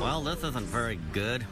Well, this isn't very good.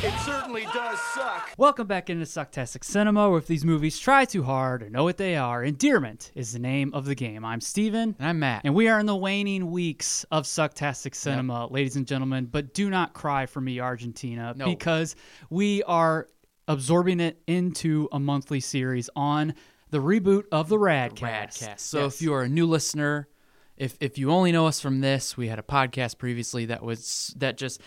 It certainly does suck. Welcome back into Sucktastic Cinema, where if these movies try too hard or know what they are, endearment is the name of the game. I'm Steven. And I'm Matt. And we are in the waning weeks of Sucktastic Cinema, ladies and gentlemen. But do not cry for me, Argentina, No. because we are absorbing it into a monthly series on the reboot of the Radcast. Radcast. So Yes. if you are a new listener, if if you only know us from this, we had a podcast previously that was that just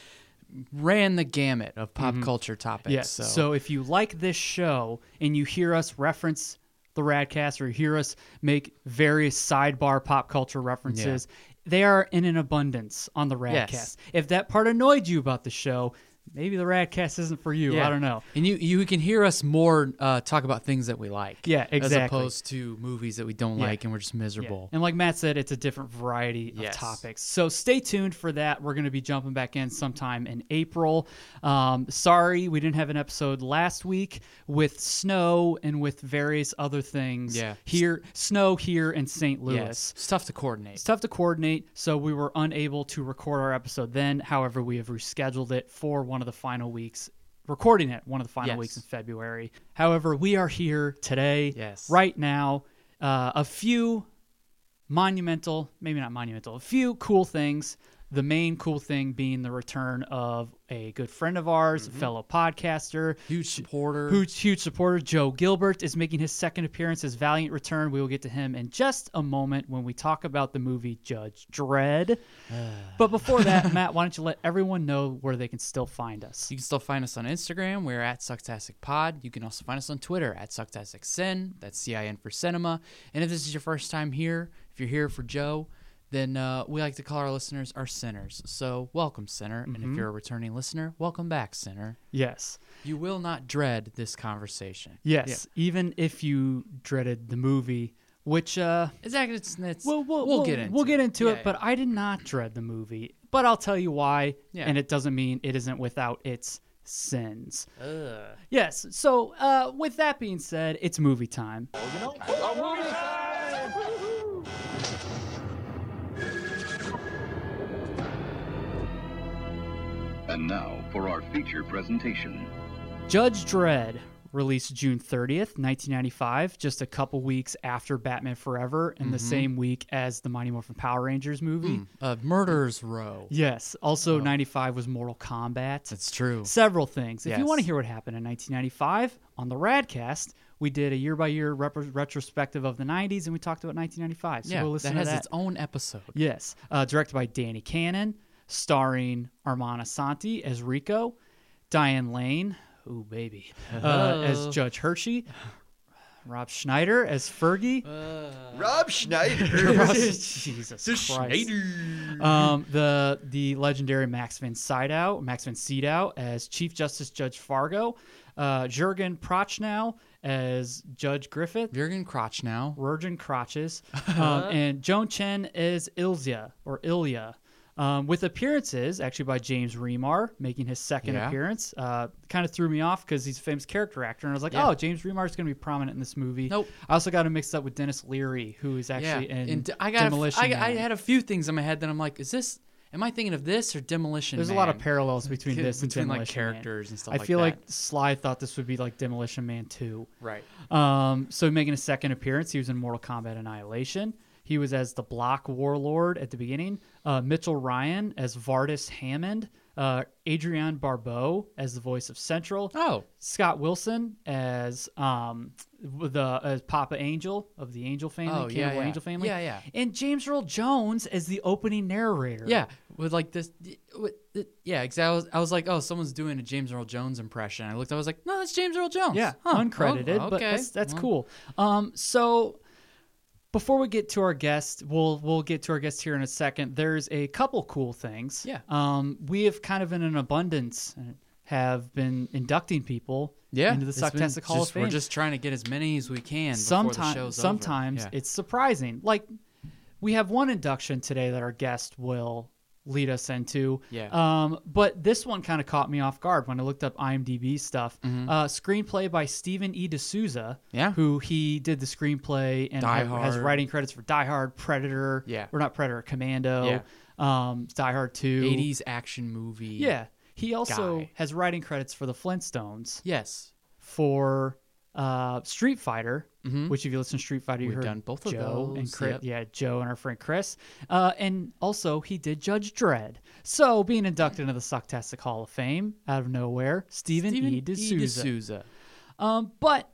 ran the gamut of pop culture topics. Mm-hmm. Yes. So, So. if you like this show and you hear us reference the Radcast or hear us make various sidebar pop culture references, they are in an abundance on the Radcast. Yes. If that part annoyed you about the show, maybe the Radcast isn't for you. yeah. I don't know. And you you can hear us more uh, talk about things that we like. Yeah, As exactly. opposed to movies that we don't Yeah. like and we're just miserable. And like Matt said, it's a different variety Yes. of topics. So stay tuned for that. We're going to be jumping back in sometime in April. Um, sorry, we didn't have an episode last week with snow and with various other things. Yeah. Here, snow here in St. Louis. Yes. It's tough to coordinate. It's tough to coordinate, so we were unable to record our episode then. However, we have rescheduled it for one of the final weeks, recording it one of the final Yes. weeks in February. However, we are here today, Yes. right now. Uh, a few monumental, maybe not monumental, a few cool things. The main cool thing being the return of a good friend of ours, Mm-hmm. a fellow podcaster, Huge supporter. Huge, huge supporter Joe Gilbert is making his second appearance as Valiant Return. We will get to him in just a moment when we talk about the movie Judge Dredd. but before that, Matt, why don't you let everyone know where they can still find us? You can still find us on Instagram. We're at Sucktastic Pod. You can also find us on Twitter at Sucktastic Sin. That's C I N for cinema. And if this is your first time here, if you're here for Joe, then uh, we like to call our listeners our sinners. So welcome, sinner. Mm-hmm. And if you're a returning listener, welcome back, sinner. Yes. You will not dread this conversation. Yes. Even if you dreaded the movie, which uh Exactly. It's, it's, we'll, we'll, get into we'll get it. into Yeah, it, but I did not dread the movie. But I'll tell you why, Yeah. and it doesn't mean it isn't without its sins. Yes. So, uh, with that being said, it's movie time. And now for our feature presentation. Judge Dredd, released June 30th, 1995, just a couple weeks after Batman Forever, and the Mm-hmm. same week as the Mighty Morphin Power Rangers movie. uh, Murderers Row. Yes. Also, 95 was Mortal Kombat. That's true. several things. If you Yes. want to hear what happened in 1995 on the Radcast, we did a year by year rep- retrospective of the 90s and we talked about 1995. So yeah, we'll listen that has to that. its own episode. yes, uh, directed by Danny Cannon, starring Armand Asante as Rico, Diane Lane, ooh baby, uh, as Judge Hershey. Rob Schneider as Fergie. Rob Schneider. Jesus Christ. Um, the the legendary Max Van Sydow, Max Van Sydow as Chief Justice Judge Fargo, uh, Jurgen Prochnow as Judge Griffith, Jurgen Crotch now. Jurgen Crotches, Uh-huh. um, and Joan Chen as Ilzia or Ilya. Um, with appearances actually by James Remar making his second Yeah. appearance, uh, kind of threw me off because he's a famous character actor, and I was like, Yeah. "Oh, James Remar's going to be prominent in this movie." Nope. I also got him mixed up with Dennis Leary, who is actually in and d- I got a f- Demolition I, Man. I had a few things in my head that I'm like, is this? Am I thinking of this or Demolition? There's a lot of Man? parallels between Ki- this between and like Demolition Man. characters and stuff I like feel that. like Sly thought this would be like Demolition Man 2. right. Um, so making a second appearance, he was in Mortal Kombat Annihilation. He was as the Block Warlord at the beginning. Uh, Mitchell Ryan as Vardis Hammond. Uh, Adrian Barbeau as the voice of Central. Oh, Scott Wilson as um the as Papa Angel of the Angel family, Oh, yeah, Cannibal yeah. Angel family. Yeah, yeah. And James Earl Jones as the opening narrator. yeah, with like this. With, yeah, exactly. I was, I was like, oh, someone's doing a James Earl Jones impression. I looked, I was like, no, that's James Earl Jones. Yeah, Huh. Oh, uncredited, but that's, that's cool. Um, so before we get to our guest, we'll we'll get to our guest here in a second. There's a couple cool things. Yeah. Um, we have kind of in an abundance uh, have been inducting people Yeah, into the it's been Sucktastic Hall just- of Fame. We're just trying to get as many as we can. before the Sometime- show's over. sometimes Yeah. it's surprising. Like we have one induction today that our guest will lead us into. Yeah. Um, but this one kind of caught me off guard when I looked up IMDb stuff. Uh, screenplay by Stephen E. D'Souza, Mm-hmm. Yeah. who he did the screenplay and Die ha- has Hard. writing credits for Die Hard, Predator, Yeah. or not Predator, Commando, um, Die Hard 2. 80s action movie. Yeah. He also guy. has writing credits for The Flintstones, Yes. for uh, Street Fighter, which if you listen to Street Fighter, you Mm-hmm. We've heard done both of Joe and those, Chris, yep. yeah, Joe and our friend Chris, uh, and also he did Judge Dredd. So being inducted into the Sucktastic Hall of Fame out of nowhere, Stephen, Steven E. D'Souza. D'Souza. Um, but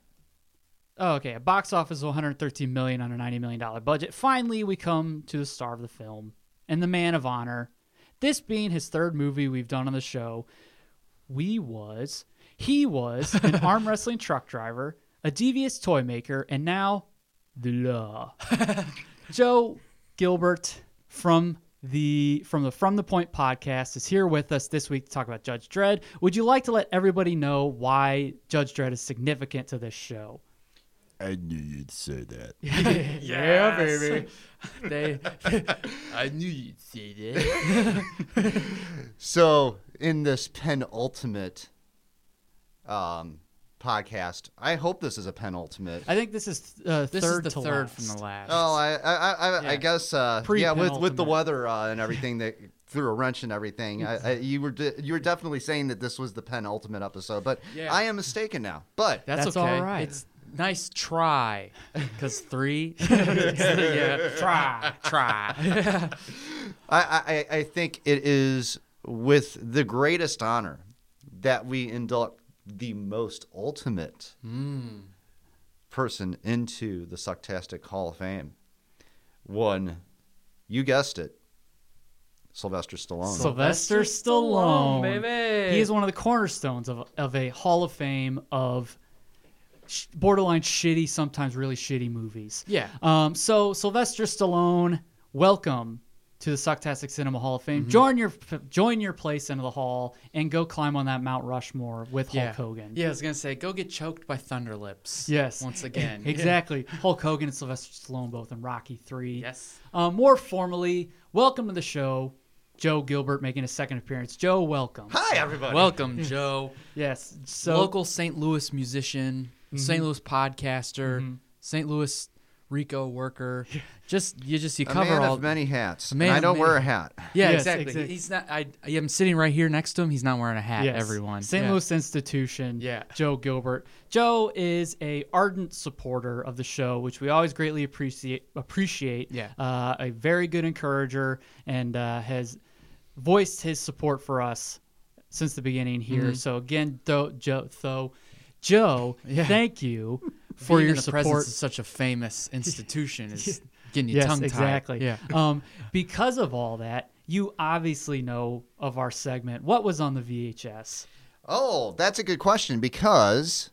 oh, okay, a box office of 113 million on a 90 million dollar budget. Finally, we come to the star of the film and the man of honor. This being his third movie we've done on the show, we was he was an arm wrestling truck driver, a devious toy maker, and now the law. Joe Gilbert from the from the From the Point podcast is here with us this week to talk about Judge Dredd. Would you like to let everybody know why Judge Dredd is significant to this show? I knew you'd say that. Yeah, baby. they, I knew you'd say that. So in this penultimate um, podcast, I hope this is a penultimate. I think this is uh, This third is the to third last. from the last. oh, I I, I, I Yeah. I guess uh, yeah, with with the Pre-penultimate. weather uh, and everything that threw a wrench and everything. I, I, you were de- you were definitely saying that this was the penultimate episode, but Yeah. I am mistaken now. But that's, That's okay. all right. It's nice try. Because three. yeah. Try. Try. I, I, I think it is with the greatest honor that we induct the most ultimate Hmm. person into the Sucktastic Hall of Fame. One, you guessed it, Sylvester Stallone. Sylvester Stallone, baby. He is one of the cornerstones of of a Hall of Fame of sh- borderline shitty, sometimes really shitty movies. Yeah. Um. So Sylvester Stallone, welcome to the Sucktastic Cinema Hall of Fame. Mm-hmm. Join your join your place into the hall and go climb on that Mount Rushmore with yeah. Hulk Hogan. Yeah, I was going to say, go get choked by Thunderlips. Yes. Once again. exactly. Hulk Hogan and Sylvester Stallone both in Rocky Three. Yes. Um, more formally, welcome to the show, Joe Gilbert making a second appearance. Joe, welcome. Hi, everybody. Welcome, Joe. Yes. So Local St. Louis musician, St. Louis podcaster, St. Louis Rico worker. Just you just you a cover man all of many hats. A man and I of don't many- wear a hat. Yeah, Yes, exactly. exact- He's not. I, I am sitting right here next to him. He's not wearing a hat. yes. Everyone. St. Yeah. Louis institution. Yeah. Joe Gilbert. Joe is a ardent supporter of the show, which we always greatly appreciate. Appreciate. Yeah. Uh, a very good encourager and uh, has voiced his support for us since the beginning here. Mm-hmm. So again, though, Joe, though, Joe, thank you for Being your in the support. presence of such a famous institution is getting you yes, tongue tied. exactly. Yeah. Um, because of all that, you obviously know of our segment. What was on the VHS? Oh, that's a good question because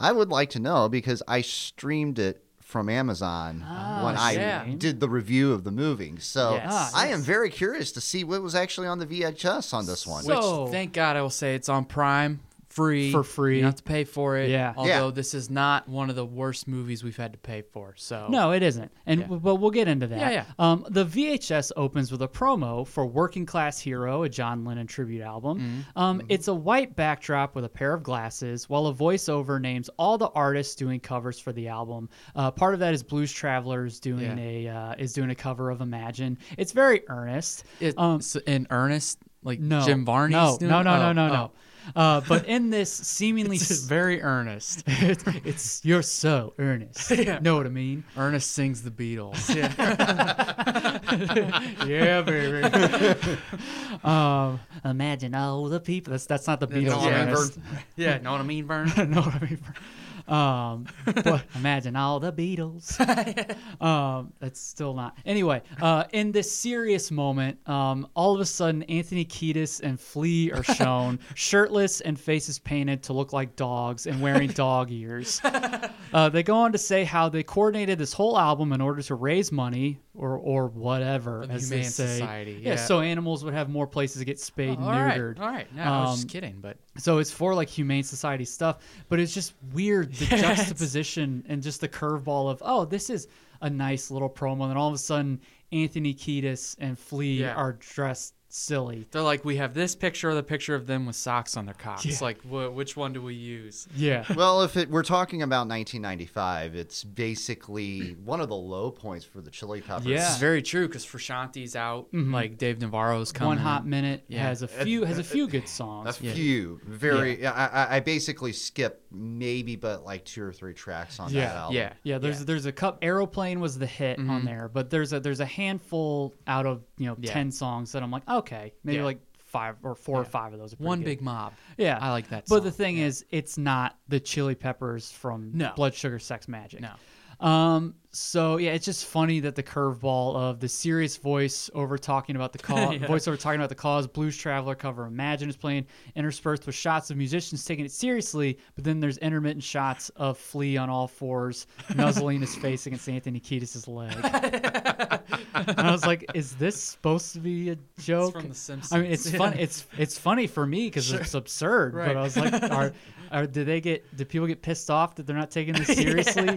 I would like to know because I streamed it from Amazon when I yeah. did the review of the movie. So Yes. Ah, I am very curious to see what was actually on the VHS on this one. So- Which, thank God, I will say it's on Prime, free For free. You don't have to pay for it. Yeah. Yeah. Although this is not one of the worst movies we've had to pay for. So No, it isn't. And Oh. Yeah. but we'll get into that. Yeah, yeah. Um, the VHS opens with a promo for Working Class Hero, a John Lennon tribute album. Mm-hmm. Um, It's a white backdrop with a pair of glasses, while a voiceover names all the artists doing covers for the album. Uh, part of that is Blues Travelers doing Yeah. a uh, is doing a cover of Imagine. It's very earnest. It, um, s- in earnest, like no, Jim Varney's No, doing. no, no, no, Oh, no, oh. no. Uh, but in this seemingly It's just very earnest. it's, it's you're so earnest. Know what I mean? Ernest sings the Beatles. Yeah. yeah, baby. um, imagine all the people. That's that's not the Beatles. all right, Ernest. yeah. Know what I mean, Vern? know what I mean? Um, but imagine all the Beatles. um, that's still not. Anyway, uh, in this serious moment, um, all of a sudden, Anthony Kiedis and Flea are shown shirtless and faces painted to look like dogs and wearing dog ears. Uh, they go on to say how they coordinated this whole album in order to raise money or or whatever, the as they Humane say. Society, yeah. yeah. so animals would have more places to get spayed All and right, neutered. all right. No, I was Um, just kidding, but So it's for like humane society stuff, but it's just weird the juxtaposition and just the curveball of oh, this is a nice little promo, and then all of a sudden Anthony Kiedis and Flea Yeah. are dressed silly. They're like, we have this picture or the picture of them with socks on their cocks. Like, wh- which one do we use? Yeah. Well, if it, we're talking about 1995, it's basically one of the low points for the Chili Peppers. Yeah. Mm-hmm. This is very true because Frashanti's out. Like Dave Navarro's coming. One hot minute Yeah. has a few has a few good songs. A few, very. Yeah. I, I- I basically skip maybe, but like two or three tracks on Yeah. that album. Yeah. Mm-hmm. Yeah, there's there's a cup. Aeroplane was the hit on there, but there's a there's a handful out of you know Yeah. ten songs that I'm like, okay, maybe Yeah. like five or four or five of those. Are pretty One good. big mob. Yeah, I like that. But song. the thing is, it's not the Chili Peppers from No. Blood Sugar Sex Magic. No. Um. So yeah, it's just funny that the curveball of the serious voice over talking about the cause, voice over talking about the cause, Blues Traveler cover, Imagine is playing, interspersed with shots of musicians taking it seriously, but then there's intermittent shots of Flea on all fours, nuzzling his face against Anthony Kiedis' leg. and I was like, is this supposed to be a joke? from The Simpsons. I mean, it's fun. It's it's funny for me because it's absurd. But Right. I was like, are, are do they get do people get pissed off that they're not taking this seriously?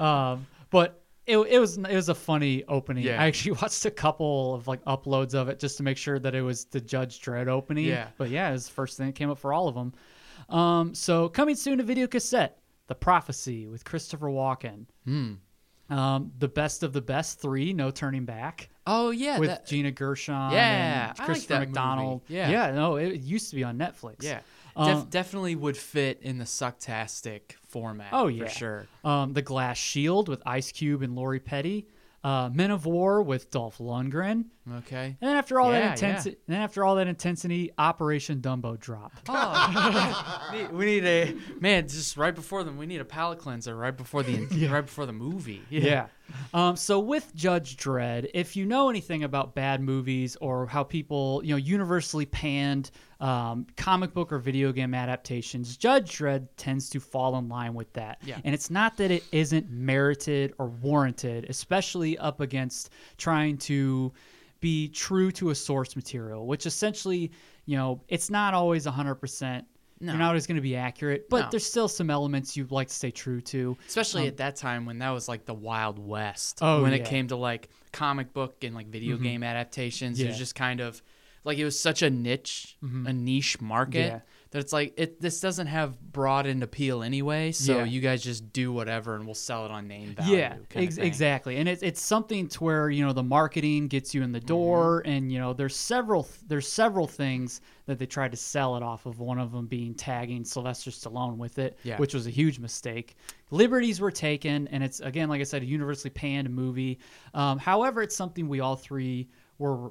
um, but it, it was it was a funny opening. Yeah. I actually watched a couple of like uploads of it just to make sure that it was the Judge Dredd opening. Yeah. But yeah, it was the first thing that came up for all of them. Um, so coming soon to video cassette, The Prophecy with Christopher Walken. Hmm. Um, the best of the best three, no turning back oh yeah, with that- Gina Gershon. Yeah, and I like Christopher that movie. McDonald. Yeah. no, it, it used to be on Netflix. yeah, Um, Def- definitely would fit in the sucktastic format. Oh, yeah. for sure. Um, the Glass Shield with Ice Cube and Lori Petty. Uh, Men of War with Dolph Lundgren. Okay. And then after all that Yeah, intensity, yeah. then after all that intensity, Operation Dumbo Drop. Oh. Need- we need a man just right before them. We need a palate cleanser right before the right before the movie. Yeah. Um, so with Judge Dredd, if you know anything about bad movies or how people, you know, universally panned um, comic book or video game adaptations, Judge Dredd tends to fall in line with that. Yeah. And it's not that it isn't merited or warranted, especially up against trying to be true to a source material, which essentially, you know, it's not always 100%. You're not always going to be accurate, but No. there's still some elements you'd like to stay true to. Especially at that time when that was like the Wild West. Um, Oh, when it yeah. Mm-hmm. came to like comic book and like video game adaptations, it was Yeah. Mm-hmm. just kind of like it was such a niche, a niche market Yeah. that it's like it this doesn't have broadened appeal anyway. So Yeah. you guys just do whatever and we'll sell it on name value. yeah kind of ex- thing. exactly and it's, it's something to where you know the marketing gets you in the Mm-hmm. door and you know there's several th- there's several things that they tried to sell it off of one of them being tagging sylvester stallone with it Yeah. which was a huge mistake liberties were taken and it's again like i said a universally panned movie um, however it's something we all three were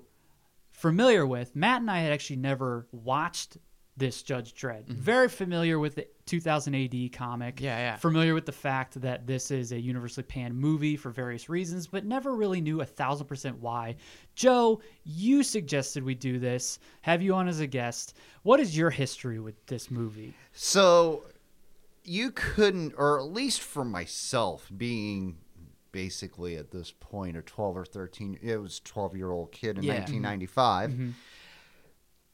familiar with. Matt and I had actually never watched this Judge Dredd. Very familiar with the 2000 AD comic. Mm-hmm. Yeah, yeah. Familiar with the fact that this is a universally panned movie for various reasons, but never really knew a thousand percent why. Joe, you suggested we do this. Have you on as a guest? What is your history with this movie? So you couldn't, or at least for myself, being basically at this point a 12 or 13, it was 12 year old kid in Yeah. 1995.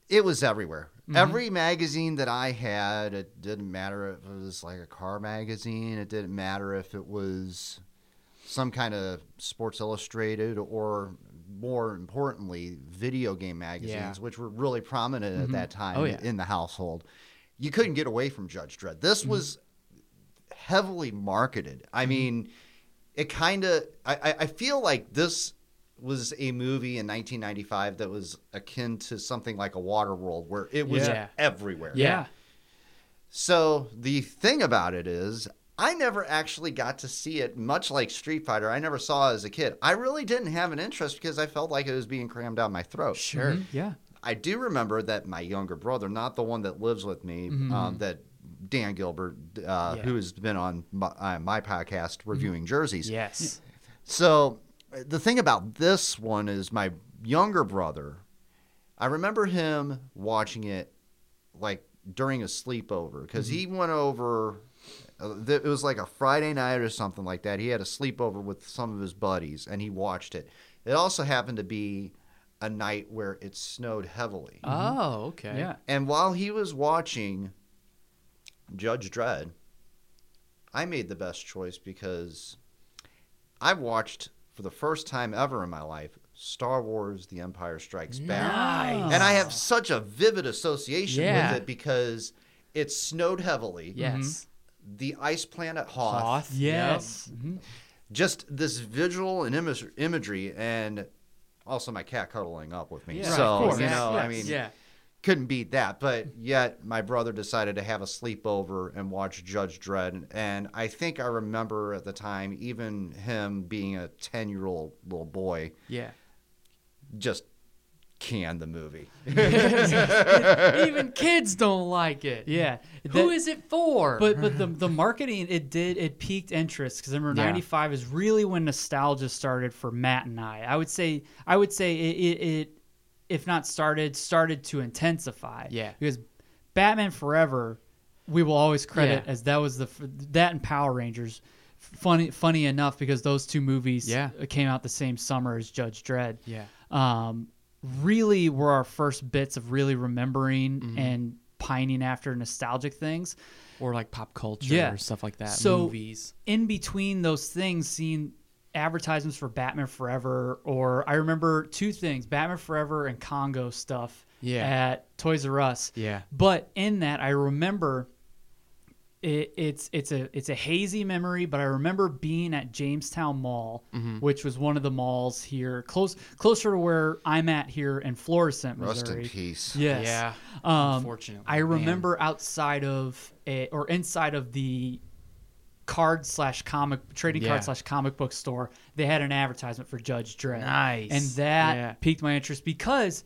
It was everywhere. Mm-hmm. Every magazine that I had, it didn't matter if it was like a car magazine, it didn't matter if it was some kind of Sports Illustrated or more importantly, video game magazines, which were really prominent at that time Oh, yeah. in the household. You couldn't get away from Judge Dredd. This Mm-hmm. was heavily marketed. I mean, it kind of, I, I- I feel like this was a movie in 1995 that was akin to something like a Waterworld where it was Yeah. everywhere. Yeah. So the thing about it is, I never actually got to see it, much like Street Fighter. I never saw it as a kid. I really didn't have an interest because I felt like it was being crammed down my throat. Sure. Mm-hmm. Yeah. Mm-hmm. I do remember that my younger brother, not the one that lives with me, um, that Dan Gilbert, uh, who has been on my, uh, my podcast reviewing jerseys. Yes. So uh, the thing about this one is my younger brother, I remember him watching it like during a sleepover because he went over. uh, th- It was like a Friday night or something like that. He had a sleepover with some of his buddies and he watched it. It also happened to be a night where it snowed heavily. Oh, okay. Mm-hmm. Yeah. And while he was watching Judge Dredd, I made the best choice because I watched for the first time ever in my life Star Wars: The Empire Strikes Back. Nice. And I have such a vivid association Yeah. with it because it snowed heavily. Yes. The ice planet Hoth. Hoth. Mm-hmm. Yes. Mm-hmm. Just this visual and imag- imagery, and also my cat cuddling up with me. Yeah. Right, so of course. you know, Yes, I Mm-hmm. mean, yes. Yeah. couldn't beat that. But yet, my brother decided to have a sleepover and watch Judge Dredd. And I think I remember at the time, even him being a 10 year old little boy, Yeah. just canned the movie. Even kids don't like it. Yeah. Who That- is it for? But but the the marketing it did it peaked interest because remember Mm-hmm. Yeah. '95 is really when nostalgia started for Matt and I. I would say I would say it it, it if not started started to intensify. Yeah. because Batman Forever we will always credit Yeah. as that was the f- that and Power Rangers. Funny funny enough because those two movies Yeah. came out the same summer as Judge Dredd yeah. um, really were our first bits of really remembering Mm-hmm. and pining after nostalgic things. Or like pop culture Yeah. or stuff like that. So- Movies. In between those things, seeing advertisements for Batman Forever, or I remember two things Batman Forever and Congo stuff Yeah. at Toys R Us. Yeah. But in that, I remember it, it's it's a it's a hazy memory, but I remember being at Jamestown Mall, Mm-hmm. which was one of the malls here close closer to where I'm at here in Florissant, Missouri. Rest in peace. Yes. Yeah. Um, Unfortunately, I man. remember outside of a, or inside of the card slash comic trading Yeah. card slash comic book store, they had an advertisement for Judge Dredd. Nice. And that Yeah. piqued my interest because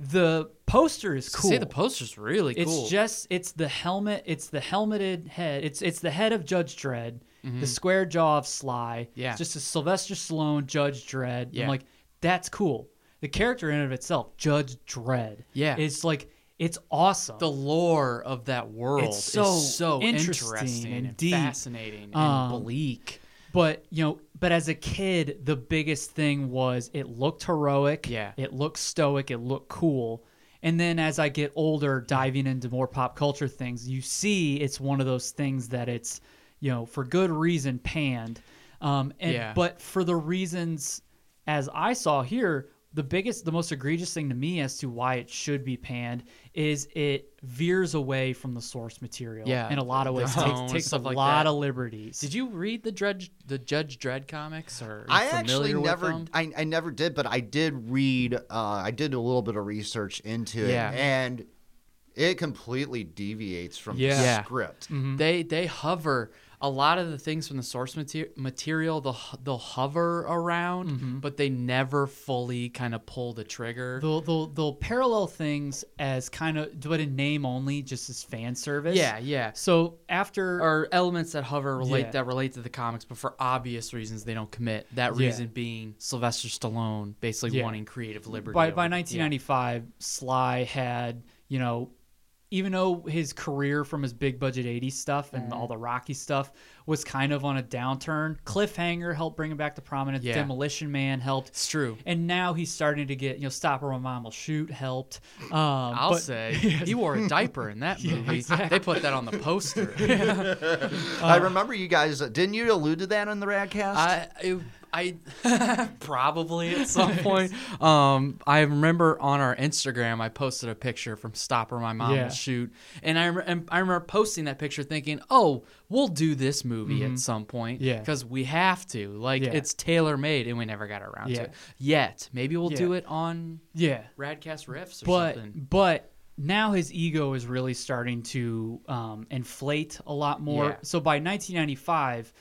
the poster is cool. Say the poster's really It's cool. just it's the helmet. It's the helmeted head. It's it's the head of Judge Dredd, the square jaw of Sly. Mm-hmm. Yeah. It's just a Sylvester Stallone Judge Dredd. Yeah. I'm like, that's cool. The character in and of itself, Judge Dredd. Yeah. It's like it's awesome. the lore of that world It's so is so interesting interesting, and and, deep. fascinating and Um, bleak. but you know, but as a kid, the biggest thing was it looked heroic. Yeah. It looked stoic. It looked cool. And then as I get older, diving into more pop culture things, you see it's one of those things that it's, you know, for good reason panned. Um, and Yeah. but for the reasons as I saw here, the biggest, the most egregious thing to me as to why it should be panned is it veers away from the source material. Yeah. in a lot of The ways, tone takes, and takes a stuff like lot that. of liberties. Did you read the Dredge, the Judge Dredd comics, or are you I familiar actually with never, them? I, I never did, but I did read. Uh, I did a little bit of research into Yeah. it, and it completely deviates from Yeah. Mm. Yeah. the script. They they hover a lot of the things from the source mater- material. They'll h- they'll hover around, but they never fully kind of pull the trigger. They'll, they'll, they'll parallel things as kind of, but in name only, just as fan service. yeah, yeah. So after, Or elements that hover relate Yeah. that relate to the comics, but for obvious reasons they don't commit. That Yeah. reason being Sylvester Stallone basically Yeah. wanting creative liberty. by, over- by yeah. 1995, Sly had, you know, even though his career from his big budget 80s stuff and Mm. all the Rocky stuff was kind of on a downturn, Cliffhanger helped bring him back to prominence, Yeah. Demolition Man helped. It's true. And now he's starting to get, you know, Stop or My Mom Will Shoot helped. Um, I'll I'll say he wore a diaper in that movie. They put that on the poster. I remember you guys. Didn't you allude to that on the Radcast? Uh, I, I, I probably at some point. Um, I remember on our Instagram, I posted a picture from Stop or My Mom Yeah. Will Shoot, and I, rem- and I remember posting that picture, thinking, "Oh, we'll do this movie at some point, Mm-hmm. Yeah. because we have to. Like, Yeah. it's tailor made, and we never got around Yeah. to it yet. Maybe we'll Yeah. do it on Yeah. Radcast Riffs or but something." but now his ego is really starting to um, inflate a lot more. Yeah. So by 1995,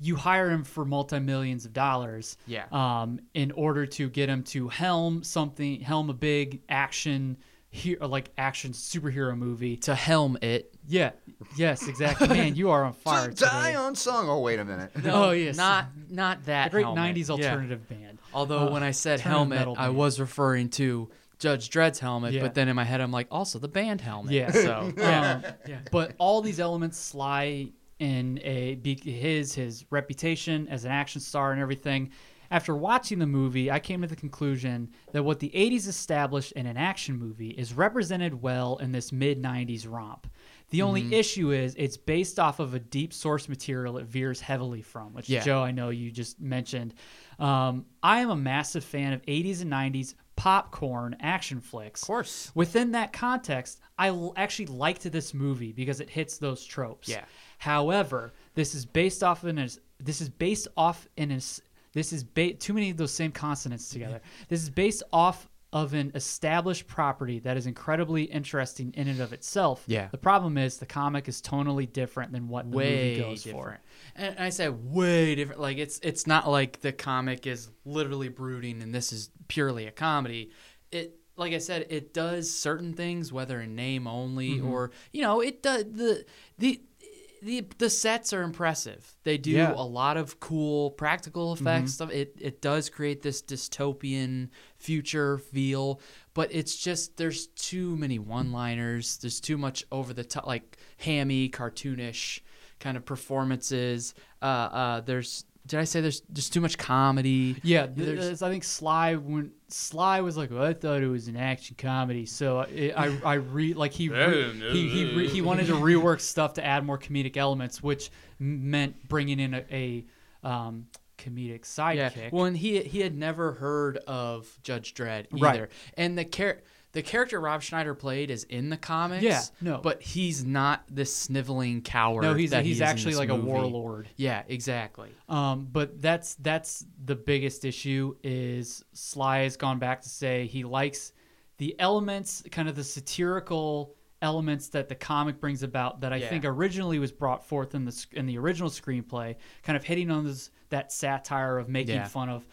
you hire him for multi millions of dollars. Yeah. Um, in order to get him to helm something, helm a big action, he- or like action superhero movie. To helm it, Yeah. Yes. Exactly. Man, you are on fire. to die today. on song. Oh wait a minute. oh yes. not not that a great helmet. 90s Yeah. alternative band. Although Uh, when I said alternative helmet, metal I band. was referring to Judge Dredd's helmet, Yeah. but then in my head I'm like, also the band helmet. Yeah. So Um, But all these elements, Sly in a be- his his reputation as an action star and everything. After watching the movie, I came to the conclusion that what the 80s established in an action movie is represented well in this mid 90s romp. The only issue is it's based off of a deep source material it veers heavily from, which Yeah. Joe, I know you just mentioned. Um, I am a massive fan of 80s and 90s popcorn action flicks. Of course. Within that context, I l- actually liked this movie because it hits those tropes. Yeah. However, this is based off in is this is based off in is this is ba- too many of those same consonants Mm-hmm. together. This is based off of an established property that is incredibly interesting in and of itself. Yeah. The problem is the comic is tonally different than what the way movie goes different. for. And I said way different. Like it's it's not like the comic is literally brooding and this is purely a comedy. It like I said, it does certain things, whether in name only Mm-hmm. or you know, it does the the. The, the sets are impressive. They do Yeah. a lot of cool practical Mm-hmm. effects stuff. It it does create this dystopian future feel, but it's just there's too many one-liners. There's too much over the top, like hammy, cartoonish kind of performances. Uh, uh, there's did I say there's just too much comedy? Yeah, th- there's, there's- I think Sly when Sly was like, well, I thought it was an action comedy, so I I, I re like he re, he he, re, he wanted to rework stuff to add more comedic elements, which m- meant bringing in a, a um, comedic yeah. sidekick. Well, and he he had never heard of Judge Dredd either, Right. and the char- the character Rob Schneider played is in the comics. Yeah, no. but he's not this sniveling coward. no, he's that he he's is in actually this like a movie. warlord. Yeah, exactly. Um, but that's that's the biggest issue is Sly has gone back to say he likes the elements, kind of the satirical elements that the comic brings about that I Yeah. think originally was brought forth in the sc- in the original screenplay, kind of hitting on this, that satire of making Yeah. fun of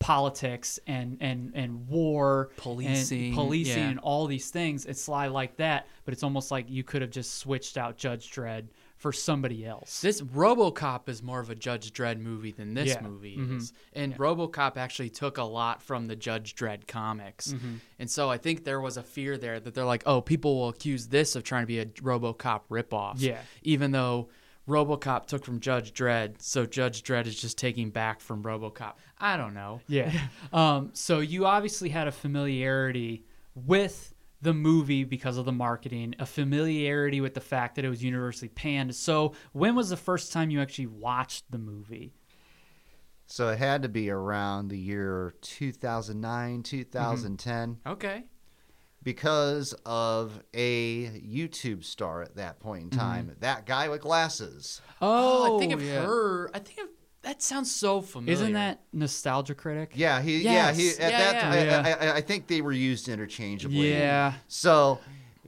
politics and and and war and Policing, policing yeah. and all these things it's sly like that but it's almost like you could have just switched out judge dredd for somebody else This RoboCop is more of a Judge Dredd movie than this Yeah. Mm-hmm. movie is, and RoboCop actually took a lot from the Judge Dredd comics, Mm-hmm. and so I think there was a fear there that they're like, oh, people will accuse this of trying to be a RoboCop ripoff, Yeah. even though RoboCop took from Judge Dredd, so Judge Dredd is just taking back from RoboCop. I don't know. Yeah. um, so you obviously had a familiarity with the movie because of the marketing, a familiarity with the fact that it was universally panned. So when was the first time you actually watched the movie? So it had to be around the year Mm-hmm. 2009, 2010, Okay. because of a YouTube star at that point in Mm-hmm. time. That guy with glasses. Oh, I think I've yeah. heard. I think I've, that sounds so familiar. Isn't that Nostalgia Critic? Yeah, he. Yeah, he. Yes. At Yeah, that yeah. time, I, I, I think they were used interchangeably. Yeah. So,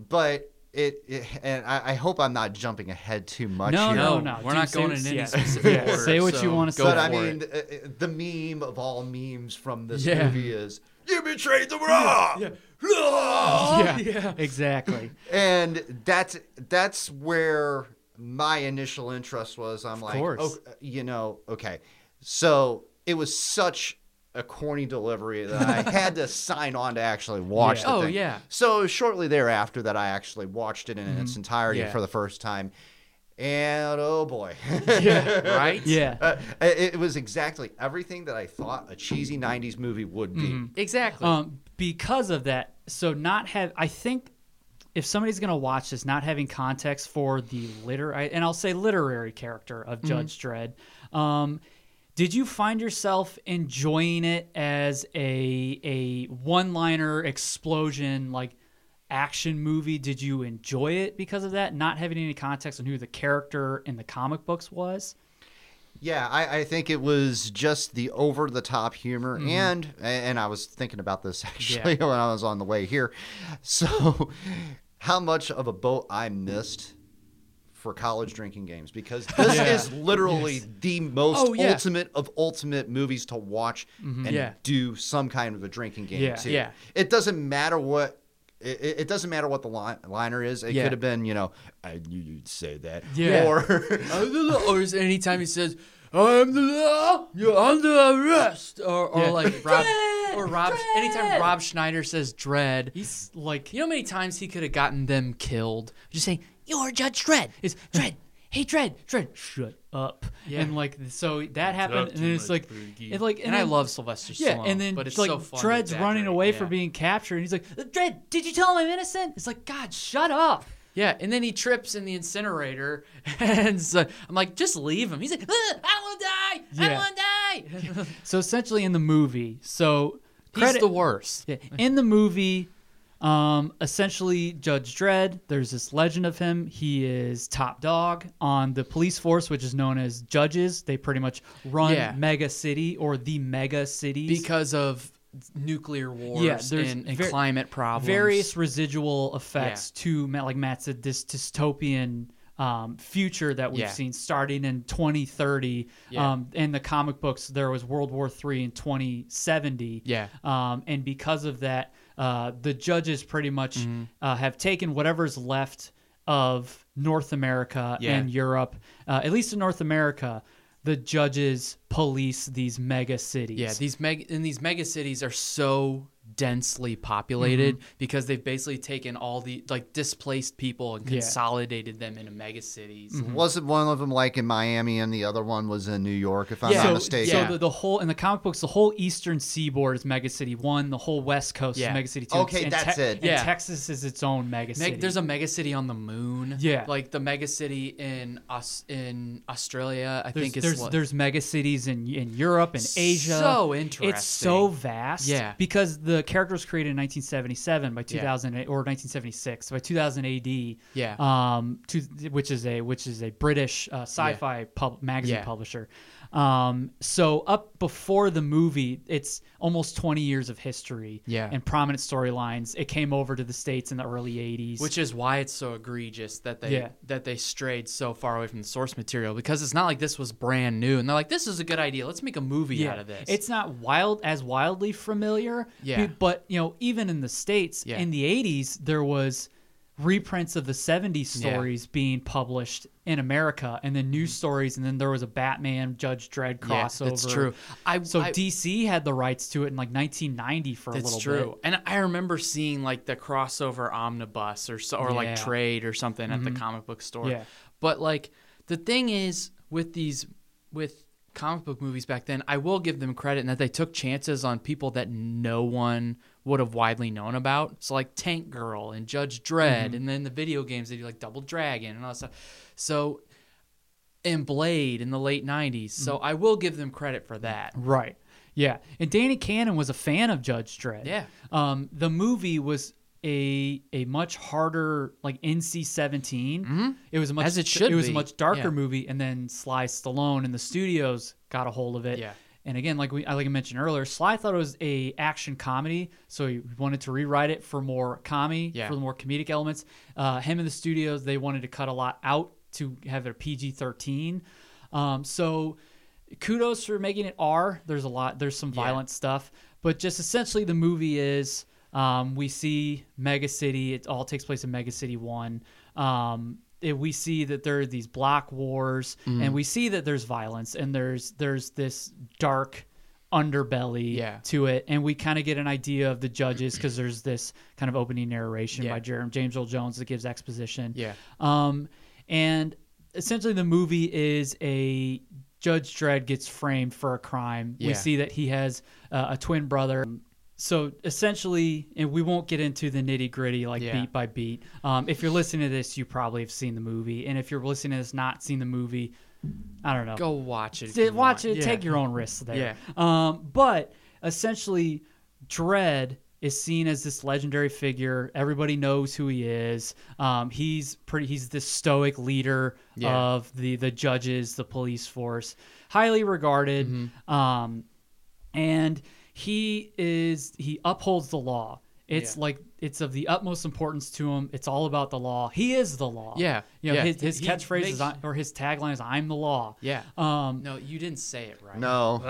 but it, it and I, I hope I'm not jumping ahead too much. No, here. no, No, no. we're Dude, not say going what- in any yeah. specific Yeah, order, say what you so want to go say. but I for mean, uh, uh, the meme of all memes from this Yeah. movie is "You betrayed the raw," Oh, yeah, exactly. and that's that's where my initial interest was. I'm like, course. "Oh, you know, okay. So it was such a corny delivery that I had to sign on to actually watch. Yeah. the Oh, thing. yeah. So shortly thereafter, that I actually watched it in its entirety Yeah. for the first time, and oh boy. right? Yeah. Uh, it it was exactly everything that I thought a cheesy '90s movie would be. Exactly. Um, because of that, so not have I think if somebody's gonna watch this, not having context for the liter I- and I'll say literary character of Judge Dredd, um, did you find yourself enjoying it as a a one liner explosion like action movie? Did you enjoy it because of that? Not having any context on who the character in the comic books was. Yeah, I, I think it was just the over the top humor, Mm-hmm. and and I was thinking about this actually when I was on the way here. So, how much of a boat I missed for college drinking games because this is literally the most Oh, yeah. Mm-hmm. ultimate of ultimate movies to watch and Yeah. do some kind of a drinking game Yeah. to. Yeah. It doesn't matter what. It, it- it doesn't matter what the line, liner is. It Yeah. could have been, you know, I knew you'd say that. Yeah. Or I'm the law. Or is anytime he says, I'm the law, you're under arrest. Or, or Yeah. like Rob, or Rob, anytime Rob Schneider says dread, He's like you know how many times he could have gotten them killed? Just saying, you're Judge Dread. It's Dread. Hey, Dread, Dread. shut up. Yeah. And like so that happened and it's like and like And, I then- love Sylvester yeah, Stallone. and then but it's like so fun to Dred's running exaggerate, away yeah. from being captured, and he's like, "Dred, did you tell him I'm innocent?" It's like, God, shut up! Yeah, and then he trips in the incinerator, and so I'm like, just leave him. He's like, "Ugh, I don't want to die. Yeah. I don't want to die. So essentially, in the movie, so He's credit the worst. Yeah. In the movie, um, essentially Judge Dredd, there's this legend of him. He is top dog on the police force, which is known as judges. They pretty much run Yeah. mega city or the mega cities. because of nuclear wars Yeah, there's and, and ver- climate problems. various residual effects to Ma- like Matt said, this dystopian um, future that we've Yeah. seen starting in 2030. Yeah. Um, in the comic books, there was World War III in 2070. Yeah. Um, and because of that, uh, the judges pretty much Mm-hmm. uh, have taken whatever's left of North America Yeah. and Europe, uh, at least in North America. The judges police these mega cities. Yeah, these meg and these mega cities are so densely populated Mm-hmm. because they've basically taken all the like displaced people and Yeah. Mm-hmm. consolidated them into mega cities. Wasn't one of them like in Miami and the other one was in New York, if I'm Yeah. not So- mistaken? So Yeah. the, the whole in the comic books, the whole eastern seaboard is Mega City One. The whole West Coast Yeah. is Mega City Two. Okay, that's it. and Yeah. Texas is its own Mega City. Meg, there's a mega city on the moon. Yeah. like the mega city in us in Australia. I there's, think it's there's, what- there's mega cities in in Europe and Asia. So It's so interesting. vast. Yeah. Because the character was created in 1977 by Yeah. 2008 or 1976 by 2000 AD. Yeah. Um, to, which is a which is a British uh, sci-fi pub, magazine Yeah. publisher. Um, so up before the movie, it's almost 20 years of history. Yeah. And prominent storylines. It came over to the states in the early 80s. which is why it's so egregious that they Yeah. that they strayed so far away from the source material because it's not like this was brand new and they're like this is a good idea let's make a movie out of this It's not wild as wildly familiar. Yeah. be- But you know, even in the states Yeah. in the '80s, there was reprints of the '70s Yeah. Mm-hmm. stories being published in America, and then news stories, and then there was a Batman Judge Dredd crossover. Yeah, that's true I So I- DC had the rights to it in like 1990 for a That's little true. bit. And I remember seeing like the crossover omnibus or so, or Yeah. Mm-hmm. like trade or something at the comic book store. Yeah. But like the thing is with these with comic book movies back then, I will give them credit in that they took chances on people that no one would have widely known about. So like Tank Girl and Judge Dredd Mm-hmm. and then the video games they do like Double Dragon and all that stuff. So and Blade in the late 90s. So I will give them credit for that. Mm-hmm. Right. Yeah. And Danny Cannon was a fan of Judge Dredd. Yeah. Um, the movie was a a much harder like NC 17 It was a much Mm-hmm. As it should It was a be. much darker Yeah. movie, and then Sly Stallone and the studios got a hold of it. Yeah. And again, like we like I mentioned earlier, Sly thought it was a action comedy, so he wanted to rewrite it for more comedy, Yeah. for the more comedic elements. Uh, him and the studios they wanted to cut a lot out to have it PG thirteen. Um, so kudos for making it R. There's a lot. There's some violent stuff, but just essentially the movie is um, we see Mega City. It all takes place in Mega City One. Um, it, we see that there are these block wars, and we see that there's violence, and there's there's this dark underbelly Yeah. to it, and we kind of get an idea of the judges because there's this kind of opening narration Yeah. by Jeremy James Earl Jones that gives exposition. Yeah. Um, and essentially, the movie is a Judge Dredd gets framed for a crime. We Yeah. see that he has uh, a twin brother. So essentially, and we won't get into the nitty gritty like Yeah. beat by beat. Um, if you're listening to this, you probably have seen the movie, and if you're listening to this not seen the movie, I don't know. Go watch it. if Did- you watch it. want. Yeah. Take your own risks there. Yeah. Um, but essentially, Dread is seen as this legendary figure. Everybody knows who he is. Um, he's pretty. He's this stoic leader Yeah. of the the judges, the police force, highly regarded. Mm-hmm. Um, and he is he upholds the law. It's Yeah. like it's of the utmost importance to him. It's all about the law. He is the law. Yeah, you know yeah. his, his He catchphrase is makes- "I- or his tagline is "I'm the law." Yeah. Um, No, you didn't say it right. no.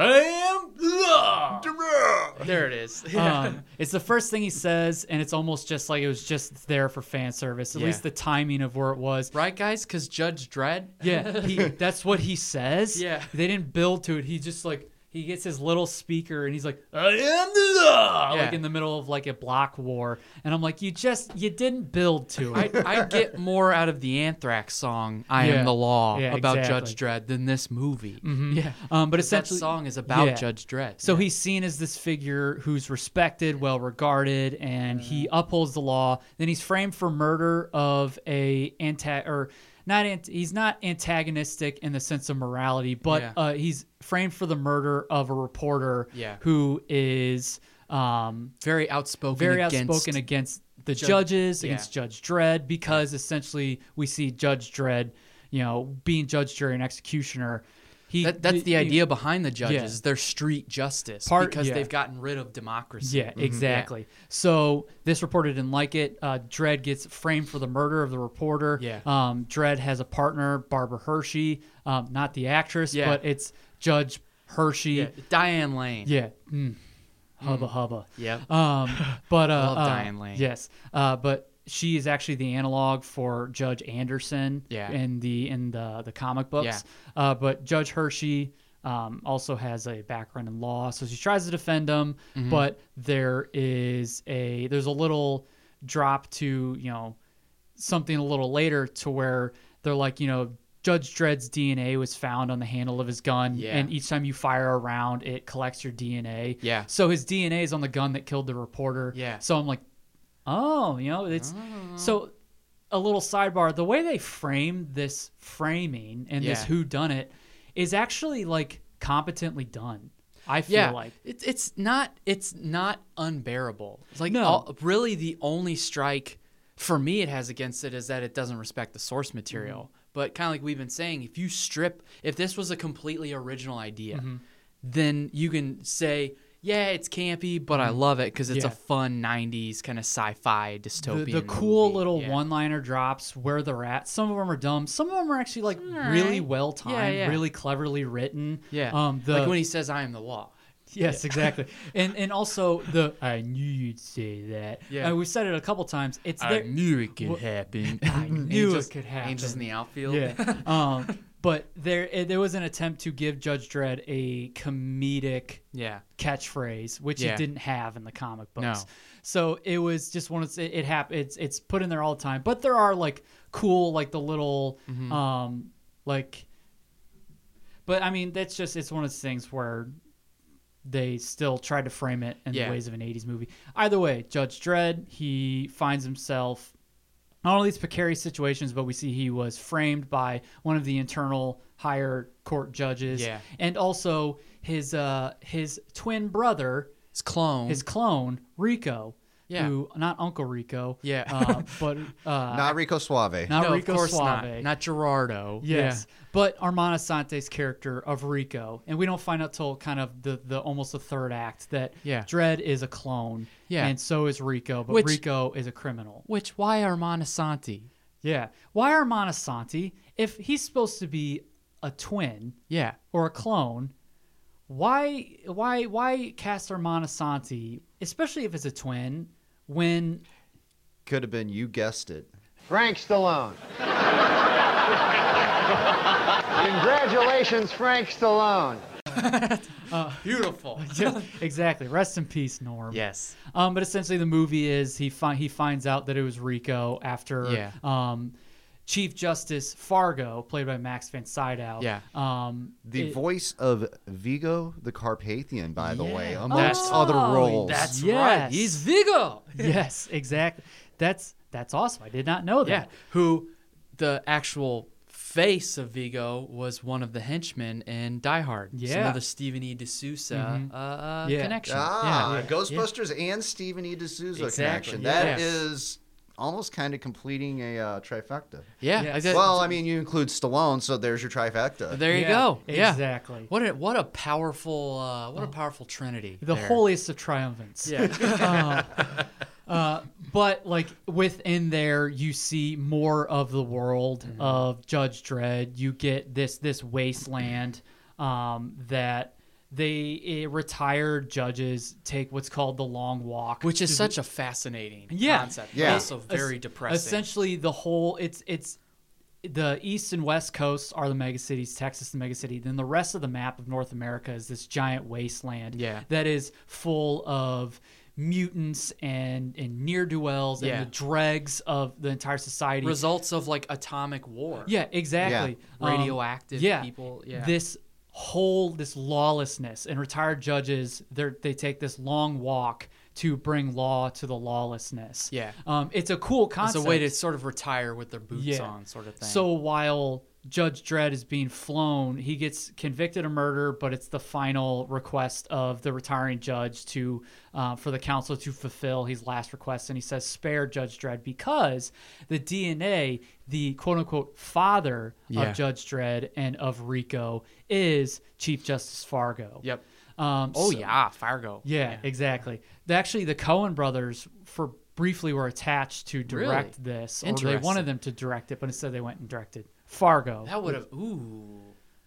I am There it is. um, it's the first thing he says, and it's almost just like it was just there for fan service. At Yeah. least the timing of where it was. right, guys? Because Judge Dredd. Yeah, he, that's what he says. Yeah. they didn't build to it. He just like he gets his little speaker and he's like, I am the law," Yeah. Ah, like in the middle of like a block war, and I'm like, you just you didn't build to I, it. I get more out of the Anthrax song "I Yeah. Am the Law" Yeah, about exactly. Judge Dredd than this movie. yeah, um, but essentially, that song is about yeah. Judge Dredd. So Yeah. he's seen as this figure who's respected, well regarded, and he upholds the law. Then he's framed for murder of a anti or not ant- he's not antagonistic in the sense of morality, but Yeah. uh, he's framed for the murder of a reporter Yeah. who is um, very outspoken. very against- outspoken against the Judge- judges, yeah. against Judge Dredd, because essentially we see Judge Dredd, you know, being judge, jury, and executioner. He, That, that's the he- idea behind the judges. Yeah. is They're street justice Part- because yeah. they've gotten rid of democracy. Mm-hmm. Yeah, exactly. So this reporter didn't like it. Uh, Dredd gets framed for the murder of the reporter. Yeah. Um, Dredd has a partner, Barbara Hershey, um, not the actress, Yeah. but it's Judge Hershey. Yeah. Yeah. Diane Lane. Mm. Hubba hubba. Yep. Um, but uh, Love uh, Diane Lane. Yes. Uh, but she is actually the analog for Judge Anderson. Yeah. In the in the the comic books. Uh, but Judge Hershey. Um, also has a background in law, so she tries to defend him, Mm-hmm. but there is a there's a little drop to you know something a little later to where they're like, you know, Judge Dredd's DNA was found on the handle of his gun, Yeah. and each time you fire a round, it collects your DNA. Yeah. So his DNA is on the gun that killed the reporter. Yeah. So I'm like, oh, you know, it's so a little sidebar. The way they frame this framing and this Yeah. who done it is actually like competently done. I feel yeah. like It, it's not it's not unbearable. It's like No. all- really the only strike for me it has against it is that it doesn't respect the source Mm-hmm. material. But kind of like we've been saying, if you strip if this was a completely original idea, Mm-hmm. then you can say yeah, it's campy, but I love it because it's Mm-hmm. Yeah. a fun '90s kind of sci-fi the, dystopian. the cool movie. little Yeah. one-liner drops where they're at. Some of them are dumb. Some of them are actually like really well timed, yeah. really cleverly written. Yeah. Um. The, like when he says, "I am the law." yes, exactly. And and also the I knew you'd say that. Yeah. Uh, we've said it a couple times. It's there. knew it could Wha- happen. I knew angels, it could happen. Angels in the outfield. yeah. um. But there eh, there was an attempt to give Judge Dredd a comedic yeah. catchphrase, which Yeah. it didn't have in the comic books. No. So it was just one. Of, it it hap- It's it's put in there all the time. But there are like cool, like the little, Mm-hmm. um, like. But I mean, that's just it's one of those things where they still tried to frame it in Yeah. the ways of an '80s movie. Either way, Judge Dredd he finds himself not only these precarious situations, but we see he was framed by one of the internal higher court judges, Yeah. and also his uh, his twin brother, His clone. his clone Rico, Yeah. who not Uncle Rico, Yeah. uh, but uh, Not Rico Suave. not no, Rico of course Suave, not. Not Gerardo. yes, but Armand Sante's character of Rico, and we don't find out till kind of the the almost the third act that Yeah. Dredd is a clone, Yeah. and so is Rico, but Which- Rico is a criminal. Which why are Monsanti? Yeah. Why are Monsanti, if he's supposed to be a twin Yeah. or a clone, why why why cast our Monsanti, especially if it's a twin, when Could have been, you guessed it. Frank Stallone. Congratulations, Frank Stallone. Beautiful. exactly. Rest in peace, Norm. yes. Um, but essentially, the movie is he fi- he finds out that it was Rico after Yeah. um, Chief Justice Fargo, played by Max von Sydow. Yeah. Um, The it- voice of Vigo the Carpathian, by the way, Yeah. Oh, amongst That's- other roles. That's right. Yes. He's Vigo. yes, exactly. That's that's awesome. I did not know that. Yeah. Who the actual face of Vigo was one of the henchmen in Die Hard. It's Yeah. another Stephen E. D'Souza uh, uh, Yeah. connection. Ah, yeah. Ghostbusters and Stephen E. D'Souza Exactly, connection. That yes. is almost kind of completing a uh, trifecta. Yeah. Yeah. like that- well, I mean, you include Stallone, so there's your trifecta. there you Yeah, go. Yeah. Exactly. What a what a powerful uh, what a powerful trinity. the there. holiest of triumphants. Um, uh, Yeah. But like within there, you see more of the world Mm-hmm. of Judge Dredd. You get this this wasteland um, that they eh, retired judges take what's called the long walk, Which is such a fascinating Yeah. concept. Yeah. Also very Es- depressing. Essentially, the whole it's it's the east and west coasts are the mega cities, Texas the mega city. Then the rest of the map of North America is this giant wasteland Yeah. that is full of mutants and and near do wells Yeah. and the dregs of the entire society. Results of like atomic war. Yeah, exactly. Um, Radioactive yeah. people. Yeah. This whole this lawlessness and retired judges they they take this long walk to bring law to the lawlessness. Yeah. Um, it's a cool it's concept. a way to sort of retire with their boots Yeah. on, sort of thing. So while Judge Dredd is being flown, he gets convicted of murder, but it's the final request of the retiring judge to, uh, for the council to fulfill his last request, and he says spare Judge Dredd because the DNA, the quote unquote father Yeah. of Judge Dredd and of Rico, is Chief Justice Fargo. Yep. Um, Oh so- yeah, Fargo. yeah, exactly. The- Actually, the Cohen brothers for briefly were attached to direct Really? this, or they wanted Interesting. them to direct it, but instead they went and directed Fargo. That would have. Ooh.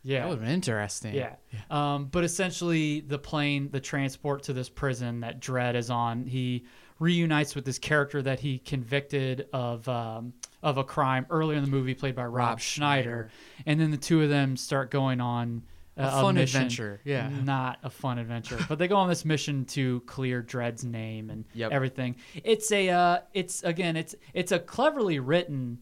yeah, That would have been interesting. yeah. Um, but essentially, the plane, the transport to this prison that Dredd is on, he reunites with this character that he convicted of um, of a crime earlier in the movie, played by Rob, Schneider. and then the two of them start going on. uh, A, fun mission. adventure, yeah. Not a fun adventure, but they go on this mission to clear Dredd's name and Yep. everything. It's a, uh, it's again, it's it's a cleverly written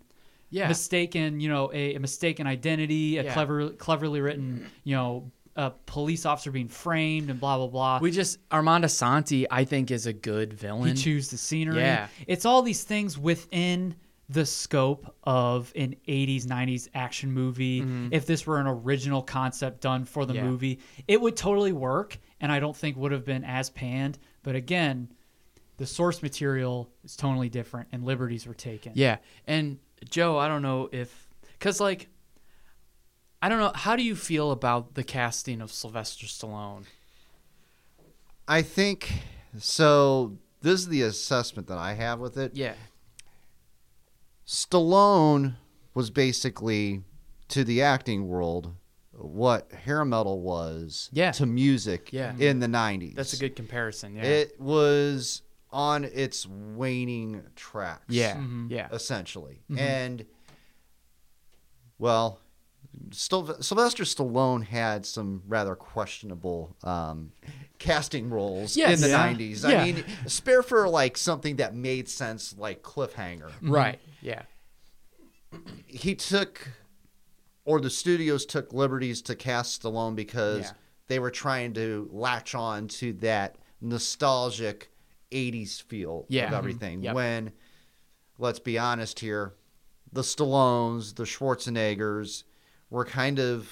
Yeah. mistaken, you know, a, a mistaken identity, a Yeah. clever, cleverly written, you know, a police officer being framed and blah blah blah. we just Armando Santi, I think, is a good he villain. choose the scenery. Yeah. It's all these things within the scope of an 80s 90s action movie if this were an original concept done for the Mm-hmm. Yeah. movie it would totally work and i don't think would have been as panned but again the source material is totally different and liberties were taken yeah, and Joe, I don't know if, cause like, I don't know. How do you feel about the casting of Sylvester Stallone? I think so. This is the assessment that I have with it. Yeah. Stallone was basically to the acting world what hair metal was Yeah. to music Yeah. in the 90s. That's a good comparison. Yeah. It was on its waning tracks. yeah. Mm-hmm. Yeah. Essentially. And well, Stil- Sylvester Stallone had some rather questionable um, casting roles Yes. in the Yeah. 90s. Yeah. I mean, spare for like something that made sense like Cliffhanger Right. Yeah. he took or the studios took liberties to cast Stallone because Yeah. they were trying to latch on to that nostalgic 80s feel Yeah. of Mhm. everything Yep. when let's be honest here the Stallones the Schwarzeneggers were kind of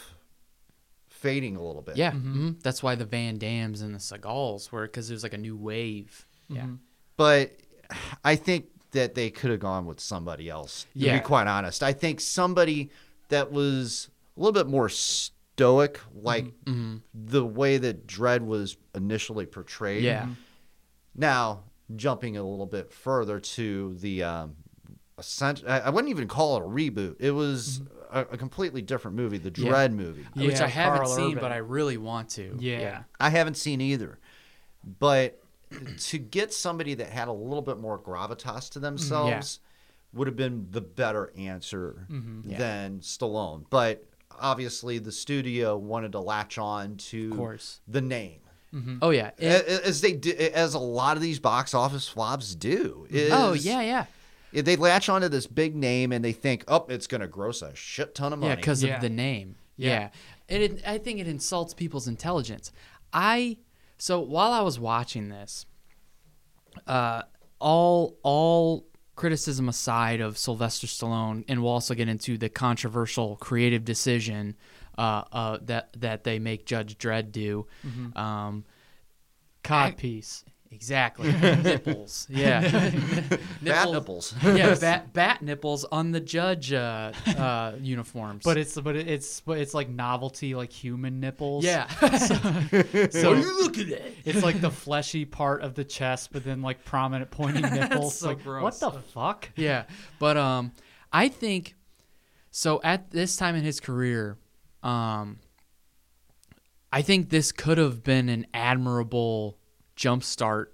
fading a little bit Yeah. hmm That's why the Van Dams and the Segals were because it was like a new wave. Yeah. but I think that they could have gone with somebody else. To Yeah. be quite honest, I think somebody that was a little bit more stoic, like Mm-hmm. the way that Dredd was initially portrayed. Mm-hmm. Yeah. Now jumping a little bit further to the, um, ascent- I I wouldn't even call it a reboot. It was a, a completely different movie, the Mm-hmm. Yeah. Dread movie. Which Yeah, I haven't Carl seen, Urban. but I really want to. yeah, I haven't seen either. But to get somebody that had a little bit more gravitas Mm, to themselves would have been the better answer Mm-hmm. than Stallone. But obviously, the studio wanted to latch on Of to course. the name. Oh yeah. A- a- As they do, as a lot of these box office flops do. is- oh yeah. Yeah. They latch onto this big name and they think, oh, it's going to gross a shit ton of money. Yeah, because Yeah. of the name. Yeah. Yeah. And it, I think it insults people's intelligence. I so while I was watching this, uh, all all criticism aside of Sylvester Stallone, and we'll also get into the controversial creative decision uh, uh, that that they make Judge Dredd do. Mm-hmm. Um, codpiece exactly, nipples. Yeah, Bat nipples. yeah, bat, bat nipples on the judge uh, uh, uniforms. But it's but it- it's but it's like novelty, like human nipples. yeah. So look at that. it's like the fleshy part of the chest, but then like prominent pointy nipples. so like, gross. What the fuck? yeah but um i think so at this time in his career um i think this could have been an admirable jumpstart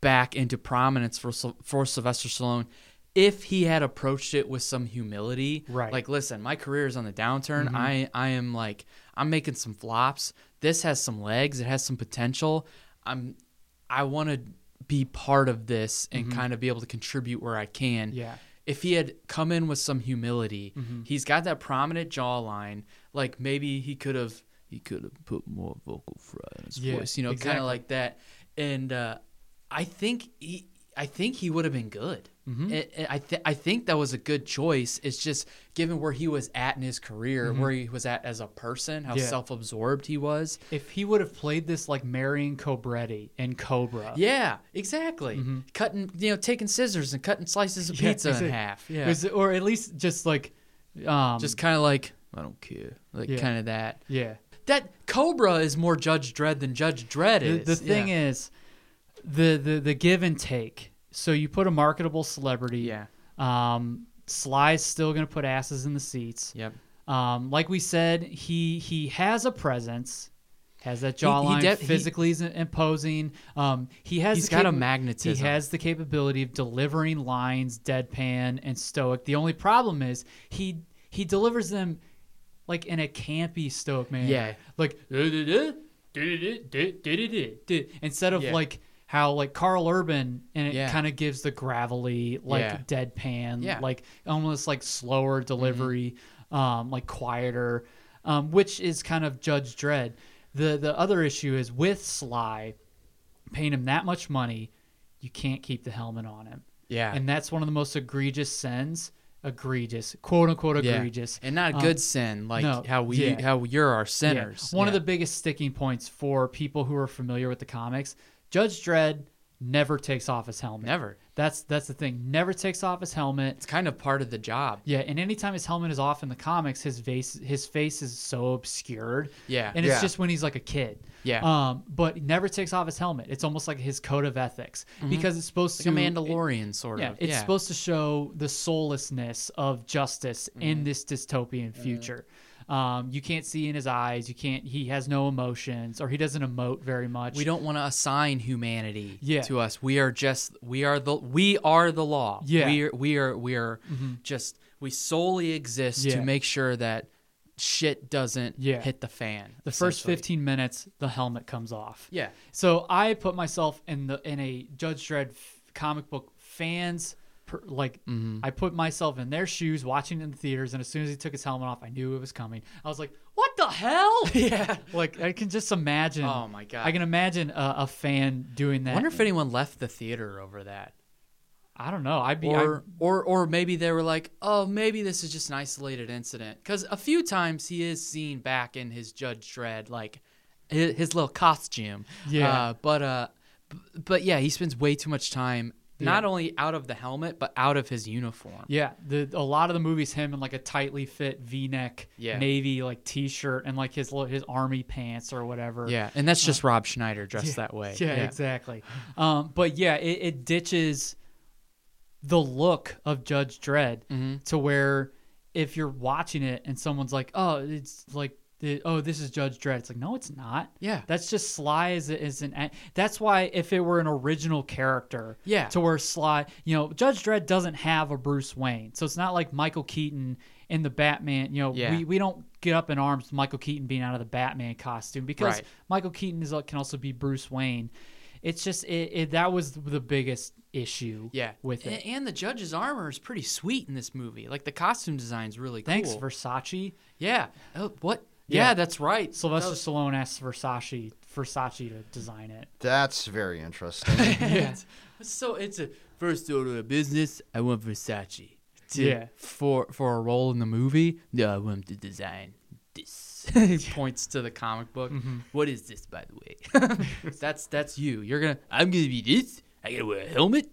back into prominence for Syl- for sylvester stallone if he had approached it with some humility, Right. Like, listen, my career is on the downturn. Mm-hmm. I I am like I'm making some flops. This has some legs. It has some potential. I'm I want to be part of this and kind of be able to contribute where I can. Mm-hmm. Yeah. Mm-hmm. If he had come in with some humility, he's got that prominent jawline. Like maybe he could have he could have put more vocal fry in his Yeah, voice, you know, kind exactly. of like that. And uh, I think he, I think he would have been good. Mm-hmm. And- and I th- I think that was a good choice. It's just given where he was at in his career, where he was at as a person, how Mm-hmm. Yeah. self-absorbed he was. If he would have played this like Marion Cobretti in Cobra. Yeah, exactly. Cutting, you know, taking scissors and cutting slices of Mm-hmm. Yeah, pizza exactly. in half. Yeah, Is it- or at least just like um just kind of like I don't care, like Yeah. kind of that. yeah. That Cobra is more Judge Dredd than Judge Dredd The, is. the thing is the, the the give and take. So you put a marketable celebrity. yeah, Um Sly's still gonna put asses in the seats. yep. Um, like we said, he he has a presence, has that He- he jawline, def- he- physically is imposing. Um, he has He's the got a capa- magnetism. He has the capability of delivering lines deadpan and stoic. The only problem is he he delivers them like in a campy stoic manner. Yeah. like "Du-du-du, du-du-du, du-du-du, du," instead of Yeah. like how like Carl Urban and it Yeah. kind of gives the gravelly like Yeah. deadpan Yeah. Mm-hmm. like almost like slower delivery, um, like quieter, um, which is kind of Judge Dredd. The the other issue is with Sly, paying him that much money, you can't keep the helmet on him, Yeah, and that's one of the most egregious sins. Egregious, quote unquote, Yeah. egregious, and not a Um, good sin like no, how we yeah. how you're our yeah. sinners. One of Yeah. the biggest sticking points for people who are familiar with the comics, Judge Dredd never takes off his helmet. never. That's that's the thing. Never takes off his helmet. It's kind of part of the job. Yeah, and anytime his helmet is off in the comics, his face his face is so obscured. Yeah. and it's Yeah. just when he's like a kid. Yeah. Um, but he never takes off his helmet. It's almost like his code of ethics because it's supposed It's Mm-hmm. like a to Mandalorian sort yeah, of. it's supposed to show the soullessness of justice Mm-hmm. in this dystopian future. Um, you can't see in his eyes. You can't. He has no emotions, or he doesn't emote very much. We don't want to assign humanity Yeah. to us. We are just we are the we are the law. Yeah. Mm-hmm. We are we are we are just we solely exist Yeah. to make sure that shit doesn't Yeah. hit the fan. The first essentially. 15 minutes, the helmet comes off. Yeah. So I put myself in the in a Judge Dredd f- comic book fans per, like Mm-hmm. I put myself in their shoes watching it in the theaters and as soon as he took his helmet off I knew it was coming. I was like, "What the hell?" Yeah. Like I can just imagine. Oh my God. I can imagine a, a fan doing I that. wonder if anyone left the theater over that. I don't know. I'd be or or or maybe they were like, oh, maybe this is just an isolated incident. Because a few times he is seen back in his Judge Dredd, like his, his little costume. Yeah. Uh, but uh, b- but yeah, he spends way too much time not only out of the helmet but out of his uniform. Yeah, the a lot of the movies him in like a tightly fit V-neck Yeah. navy like t-shirt and like his little- his army pants or whatever. Yeah, and that's just Rob Schneider dressed that way. uh, Yeah, exactly. Um, but yeah, it, it ditches the look of Judge Dredd Mm-hmm. to where if you're watching it and someone's like, "Oh, it's like." the- Oh, this is Judge Dredd. It's like no, it's not. Yeah. that's just Sly as is an. a- That's why if it were an original character, Yeah. to where Sly, you know, Judge Dredd doesn't have a Bruce Wayne, so it's not like Michael Keaton in the Batman. You know, Yeah. we, we don't get up in arms with Michael Keaton being out of the Batman costume because Right. Michael Keaton is uh, can also be Bruce Wayne. It's just it, it that was the biggest issue. Yeah, with A- it. and, the judge's armor is pretty sweet in this movie. Like the costume design's really cool. Thanks Versace. yeah. Oh, what? Yeah. Yeah, that's right. Sylvester That was- Stallone asked Versace Versace to design it. That's very interesting. yeah. So it's a first order of business. I want Versace. To, Yeah. For for a role in the movie, no, I want to design this. Points to the comic book. What is this, by the way? that's that's you. You're gonna. I'm gonna be this. I gotta wear a helmet.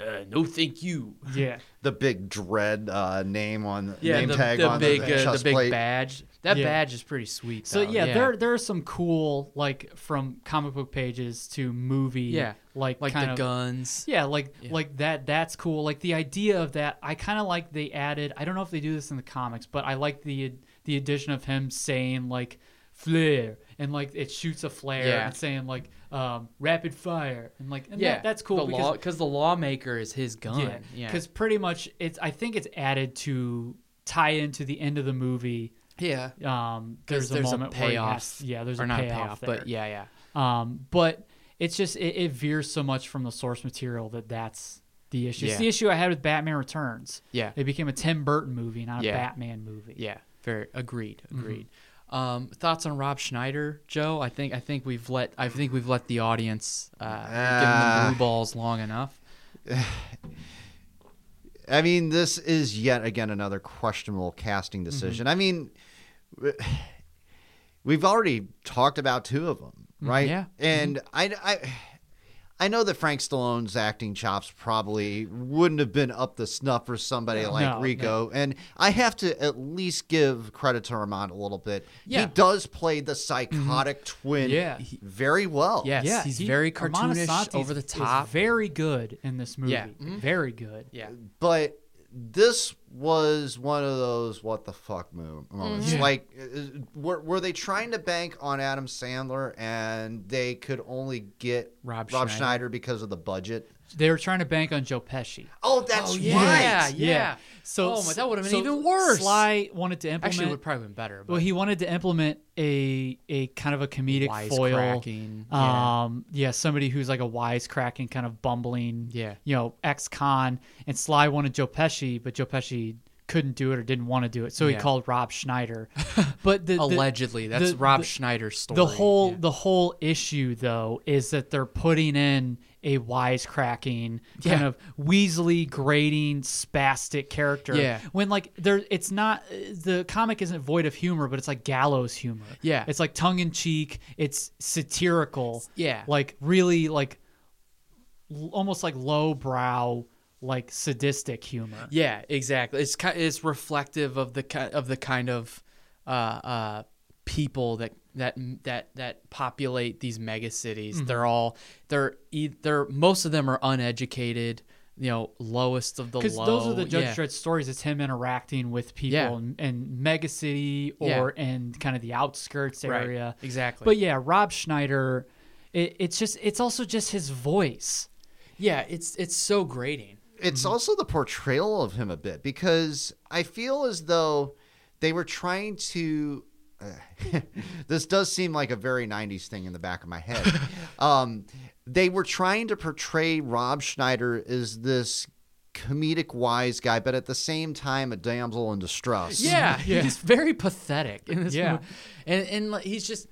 Uh, no, thank you. Yeah, the big dread uh, name on Yeah, name the, tag the on big the, uh, chest the big plate. badge. That Yeah. badge is pretty sweet. So though. yeah, there there are some cool like from comic book pages to movie. Yeah. like like kind the of, guns. Yeah, like like that. That's cool. Like the idea of that. I kind of like they added. I don't know if they do this in the comics, but I like the the addition of him saying like flare, and like it shoots a flare Yeah. and saying like um, rapid fire, and like and yeah, that, that's cool The because law, because the lawmaker is his gun. Yeah, because pretty much it's I think it's added to tie into the end of the movie. yeah. Um, 'Cause there's, a moment where he has- yeah, there's or a not payoff, a payoff, there. but yeah, yeah. Um, but it's just it, it veers so much from the source material that that's the issue. Yeah. It's the issue I had with Batman Returns. Yeah. it became a Tim Burton movie, not Yeah. a Batman movie. Yeah, very agreed. Mm-hmm. Agreed. Um, thoughts on Rob Schneider, Joe? I think I think we've let I think we've let the audience uh, given Ah. them blue balls long enough. I mean, this is yet again another questionable casting Mm-hmm. decision. I mean, we've already talked about two of them, right? Mm, yeah. Mm-hmm. And I, I, I know that Frank Stallone's acting chops probably wouldn't have been up the snuff for somebody like no. Rico, and I have to at least give credit to Armand a little bit. Yeah. Mm-hmm. He does play the psychotic twin, Yeah. very well. Yes, yeah. he's he- very Armand cartoonish, Asante over the is- top. Is very good in this movie. Yeah. Mhm. Very good. yeah, but this was one of those what the fuck mo- moments. Like, is- were, were they trying to bank on Adam Sandler and they could only get Rob Schneider. Schneider. because of the budget? They were trying to bank on Joe Pesci. Oh, that's yeah, right. yeah. So Oh my, that would've been so even worse. Sly wanted to implement. actually, it would probably been better. But well, he wanted to implement a a kind of a comedic foil. Wisecracking, yeah. Um, yeah, somebody who's like a wisecracking kind of bumbling, Yeah. you know, ex-con. And Sly wanted Joe Pesci, but Joe Pesci couldn't do it or didn't want to do it, so he Yeah. called Rob Schneider. but the, the- allegedly, that's the- Rob the- Schneider's story. the whole Yeah. the whole issue though is that they're putting in a wisecracking kind Yeah. of Weasley grating spastic character. Yeah. When like there, it's not the comic isn't void of humor, but it's like gallows humor. Yeah. It's like tongue in cheek. It's satirical. Yeah. Like really like l- almost like low brow like sadistic humor. Yeah, exactly. It's ki it's reflective of the ki- of the kind of uh, uh, people that that that that populate these mega cities. Mm-hmm. They're all they're e- they're most of them are uneducated. You know, lowest of the Because low. those are the Judge yeah. Dredd stories. It's him interacting with people Yeah. in, in Mega City or in kind of the outskirts Right, area. exactly. But yeah, Rob Schneider, it, it's just it's also just his voice. Yeah, it's it's so grating. Mm-hmm. It's also the portrayal of him a bit because I feel as though they were trying to. uh, this does seem like a very 90s thing in the back of my head. um, they were trying to portray Rob Schneider as this comedic wise guy, but at the same time, a damsel in distress. Yeah, he's very pathetic in this Yeah. movie. And and like, he's just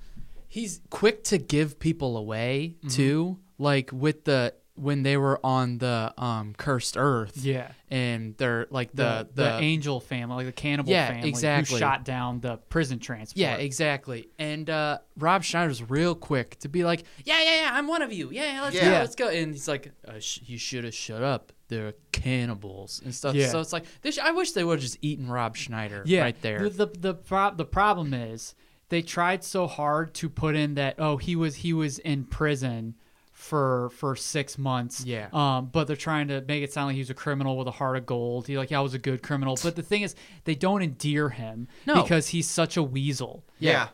he's quick to give people away Mm-hmm. too, like with the when they were on the um cursed earth. Yeah. And they're like The, the the, angel family, like the cannibal Yeah, family who exactly. shot down the prison transport. yeah, exactly. And uh, Rob Schneider's real quick to be like, "Yeah, yeah, yeah, I'm one of you. Yeah, yeah let's go, Yeah. let's go." And he's like, uh, sh- "You should have shut up. They're cannibals and stuff." Yeah. So it's like, this, I wish they would have just eaten Rob Schneider yeah. right there. The the the, pro- the problem is they tried so hard to put in that oh he was he was in prison for for six months Yeah. um but they're trying to make it sound like he was a criminal with a heart of gold he like yeah, I was a good criminal but the thing is they don't endear him No. because he's such a weasel Yeah.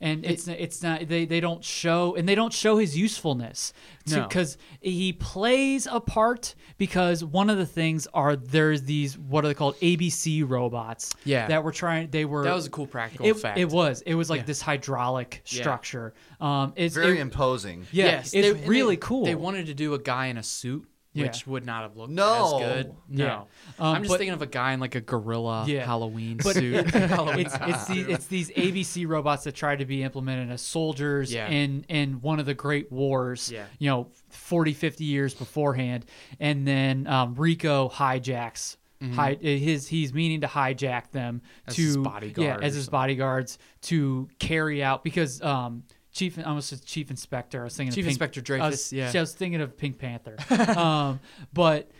and it's it's not they they don't show and they don't show his usefulness No. because he plays a part because one of the things are there's these what are they called ABC robots Yeah. that were trying they were That was a cool practical it, fact. it was it was like this hydraulic structure um it's Very it- imposing. yeah yes, it's they- really they- cool They wanted to do a guy in a suit, Yeah. which would not have looked No. as good. No, Yeah. Um, I'm just but- thinking of a guy in like a gorilla Yeah. Halloween But suit. Halloween it's it's these, it's these ABC robots that try to be implemented as soldiers Yeah. in in one of the great wars, Yeah. you know, 40 50 years beforehand and then um, Rico hijacks hi- his he's meaning to hijack them Mm-hmm. As to his bodyguard yeah, or as his something. bodyguards to carry out because um Chief, I almost said Chief Inspector. I was thinking Chief of Pink- Inspector I was- Dreyfus, yeah. I was thinking of Pink Panther. um, but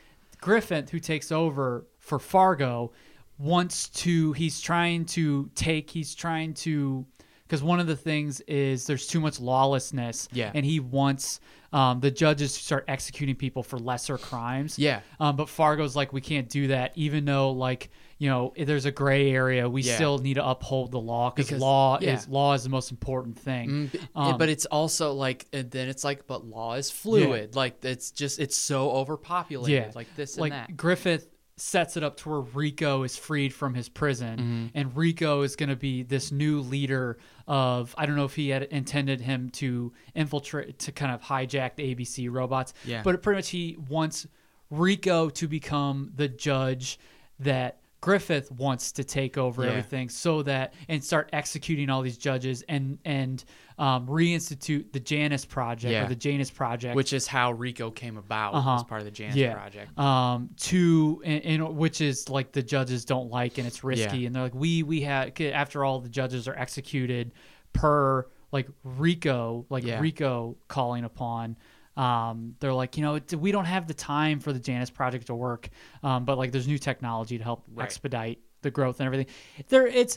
Griffith, who takes over for Fargo, wants to. He's trying to take. He's trying to. Because one of the things is there's too much lawlessness, Yeah. and he wants um, the judges to start executing people for lesser crimes. Yeah. Um, but Fargo's like, we can't do that, even though like you know, if there's a gray area. We Yeah. still need to uphold the law because Because- law yeah. is law is the most important thing. Mm, b- Um, but it's also like, and then it's like, but law is fluid. Like it's just, it's so overpopulated. Like this and like that. Griffith sets it up to where Rico is freed from his prison, Mm-hmm. and Rico is going to be this new leader of. I don't know if he had intended him to infiltrate to kind of hijack the ABC robots, Yeah. But pretty much he wants Rico to become the judge that. Griffith wants to take over Yeah. everything so that and start executing all these judges and and um, reinstitute the Janus project Yeah. or the Janus project, Which is how Rico came about Uh-huh. as part of the Janus Yeah. project. um to and, and which is like the judges don't like and it's risky Yeah. and they're like we we had after all the judges are executed per like rico like Yeah. rico calling upon um they're like you know it, we don't have the time for the janus project to work um but like there's new technology to help Right. expedite the growth and everything there it's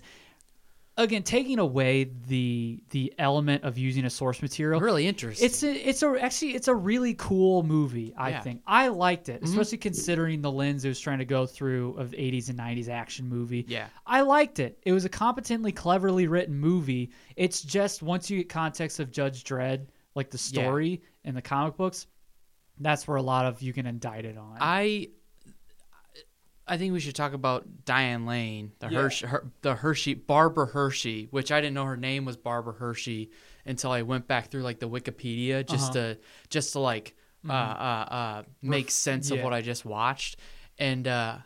again taking away the the element of using a source material Really interesting. Uh, it's a, it's a actually it's a really cool movie. I Yeah. Mm-hmm. think I liked it, especially considering the lens it was trying to go through of '80s and '90s action movie. Yeah. I liked it. It was a competently, cleverly written movie. It's just once you get context of Judge Dredd, like the Yeah. story and the comic books, that's where a lot of you can indict it on. I I think we should talk about Diane Lane, the Hershey, her, the Hershey, Barbara Hershey, which I didn't know her name was Barbara Hershey until I went back through like the Wikipedia just Uh-huh. to just to like uh, uh, uh, make sense Mm-hmm. yeah. of what I just watched, and uh,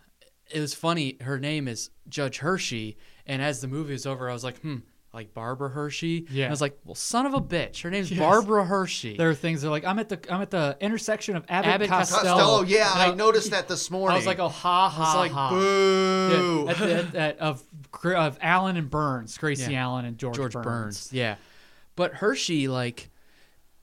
it was funny. Her name is Judge Hershey, and as the movie was over, I was like, hmm. Like Barbara Hershey, Yeah. And I was like, "Well, son of a bitch, her name's Barbara Hershey." there are things that are like I'm at the I'm at the intersection of Abbott, Abbott and Costello. Costello, Costello, yeah, And I noticed that this morning. I was like, oh ha ha it's like, ha. boo. Yeah, at the- at- at- of Gr- of Allen and Burns, Gracie Yeah. Allen and George, George Burns. Burns. Yeah. But Hershey, like,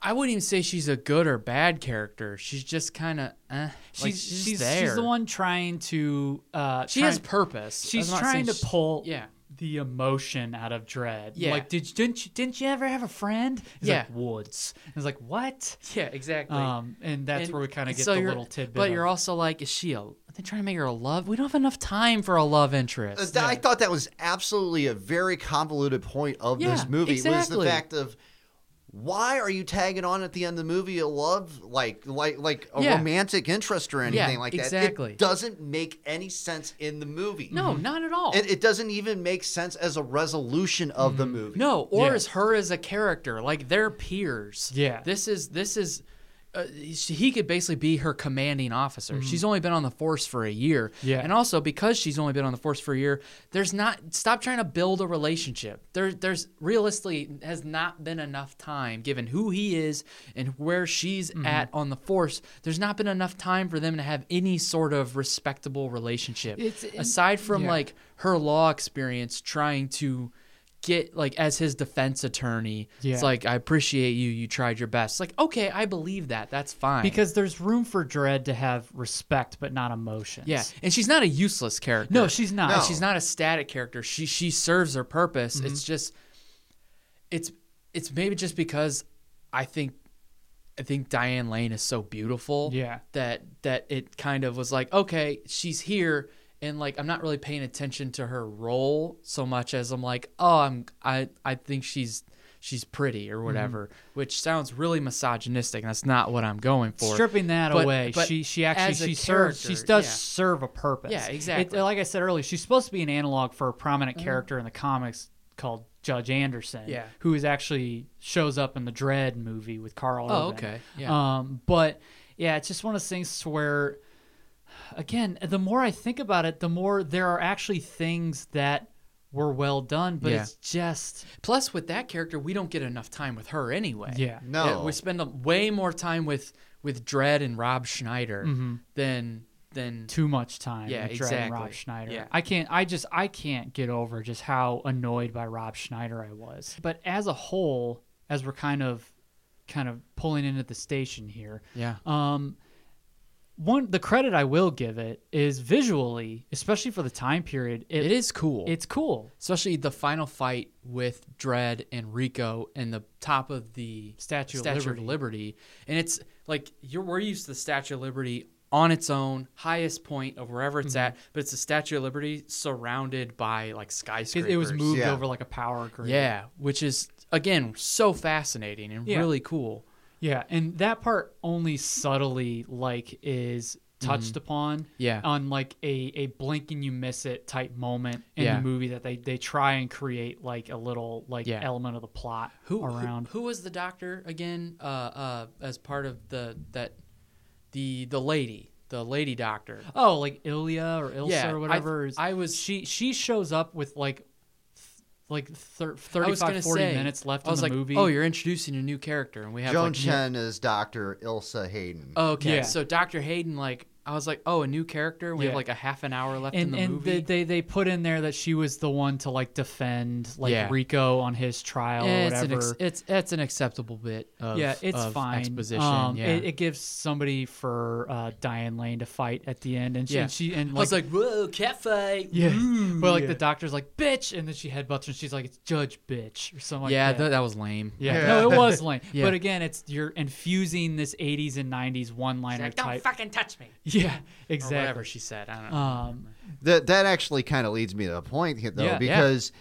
I wouldn't even say she's a good or bad character. She's just kind of, eh. She's Like, she's, she's there. she's the one trying to. Uh, She try- has purpose. She's I'm not trying saying to she- pull. yeah. The emotion out of dread. Yeah. Like, did you- didn't you didn't you ever have a friend? He's like, Yeah. Woods. And it's like what? Yeah, exactly. Um, and that's And- where we kind of and get so the you're- little tidbit. But of- you're also like, is she a? Are they trying to make her a love? We don't have enough time for a love Uh, interest. th- I thought that was absolutely a very convoluted point of Yeah, this movie was exactly. the fact of why are you tagging on at the end of the movie a love like like like a Yeah. romantic interest or Yeah, anything like that? exactly. It doesn't make any sense in the movie. No, not at all. It, it doesn't even make sense as a resolution of the movie. Mm. No, or Yeah. as her as a character, like they're peers. Yeah. this is this is. Uh, she- he could basically be her commanding officer. She's only been on the force for a year. Mm-hmm. Yeah. And also because she's only been on the force for a year, there's not stop trying to build a relationship. There there's realistically has not been enough time given who he is and where she's Mm-hmm. at on the force. There's not been enough time for them to have any sort of respectable relationship. It's- aside from yeah. like her law experience trying to get like as his defense attorney Yeah. it's like i appreciate you you tried your best like okay i believe that that's fine because there's room for dread to have respect, but not emotions. yeah and she's not a useless character No, Mm-hmm. she's not. And she's not a static character she she serves her purpose it's just it's it's maybe just because i think i think diane lane is so beautiful Yeah. that that it kind of was like okay she's here and like i'm not really paying attention to her role so much as i'm like oh i'm i i think she's she's pretty or whatever Mm-hmm. which sounds really misogynistic and that's not what i'm going for stripping that But- away but she she actually as a she serves she character, does yeah. serve a purpose Yeah, exactly. Mm-hmm. like i said earlier she's supposed to be an analog for a prominent character in the comics called judge anderson Yeah. who is actually shows up in the dread movie with carl Oh, Urban. okay. Yeah. um but yeah it's just one of those things to where again the more i think about it the more there are actually things that were well done but Yeah. it's just Plus, with that character, we don't get enough time with her anyway. Yeah. No. Yeah, we spend a, way more time with with Dredd and Rob Schneider Mm-hmm. than than too much time Yeah, with Dredd and Rob exactly. Schneider. Yeah. I can't I just I can't get over just how annoyed by Rob Schneider I was. But as a whole, as we're kind of kind of pulling in at the station here, yeah. um one the credit I will give it is visually, especially for the time period, it, it is cool. it's cool. especially the final fight with Dredd and Rico and the top of the Statue of Liberty. Liberty. And it's like you're we're used to the Statue of Liberty on its own, highest point of wherever it's Mm-hmm. at, but it's the Statue of Liberty surrounded by like It, skyscrapers. it was moved Yeah. over like a power grid. Yeah, which is again so fascinating and Yeah. really cool. Yeah, and that part only subtly like is touched upon. Mm-hmm. Yeah. On like a a blink and you miss it type moment in Yeah. the movie that they they try and create like a little like Yeah. element of the plot Who around. Who, who was the doctor again? Uh, uh, as part of the that the the lady, the lady doctor. Oh, like Ilya or Ilsa Yeah, I- or whatever. is- I was- she she shows up with like th- like thir- I 35 was gonna 40 say, minutes left I was in the like, movie. Oh, you're introducing a new character, and we have Joan like, new- Chen is Dr. Ilsa Hayden. Oh, okay, Yeah. so Doctor Hayden, like, I was like, oh, a new character. We Yeah. have like a half an hour left in and the and movie. they, they they put in there that she was the one to like defend like Yeah. Rico on his trial Yeah, or it's whatever. an ex- it's it's an acceptable bit. Of, yeah, it's of fine. Exposition. Um, yeah. it, it gives somebody for uh, Diane Lane to fight at the end, and she Yeah. and, she, and mm, I was like, whoa, Mm. cat fight. yeah, but like the yeah. doctor's like bitch, and then she headbutts her, and she's like it's Judge bitch or something like yeah, that. tha- that was lame. yeah, Yeah. no, it was lame. Yeah. But again, it's you're infusing this '80s and '90s one-liner Like, don't type. fucking touch me. yeah, Or whatever exactly. she said. I don't know. Um, That that actually kind of leads me to a point here, though, Yeah, yeah. because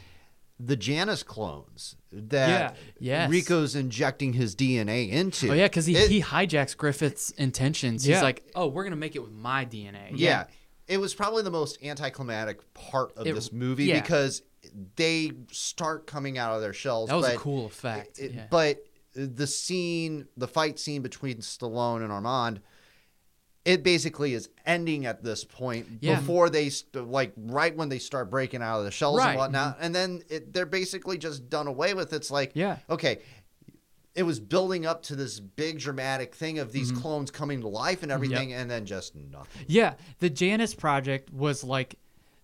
the Janus clones that Yeah, Uh, yes. Rico's injecting his DNA into. oh yeah, because he, it- he hijacks Griffith's intentions. Yeah. He's like, oh, we're gonna make it with my DNA. yeah, it was probably the most anticlimactic part of It- this movie yeah. because they start coming out of their shells. that was a but cool effect. it- yeah. But the scene, the fight scene between Stallone and Armand, it basically is ending at this point Yeah. before they st- like right when they start breaking out of the shells Right. Mm-hmm. and whatnot, and then it, they're basically just done away with. It's like, Yeah. okay. It was building up to this big dramatic thing of these clones coming to life and everything, and then just nothing. yeah, the Janus Project was like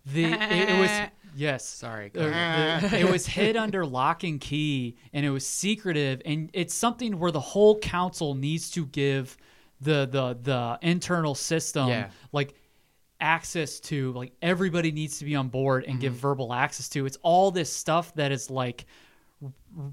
the it, it was yes. Sorry, Or "Ah." the- it was hid under lock and key and it was secretive and it's something where the whole council needs to give the the the internal system Yeah. like access to like everybody needs to be on board and Mm-hmm. give verbal access to it's all this stuff that is like r-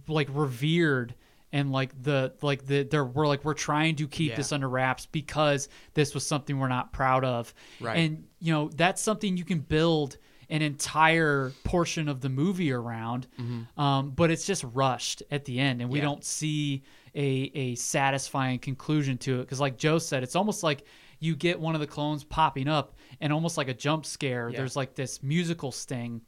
like revered and like the like the there we're like we're trying to keep Yeah. this under wraps because this was something we're not proud of Right. and you know that's something you can build an entire portion of the movie around um, but it's just rushed at the end and we Mm-hmm. Yeah. don't see a, a satisfying conclusion to it because like joe said it's almost like you get one of the clones popping up and almost like a jump scare Yeah. there's like this musical sting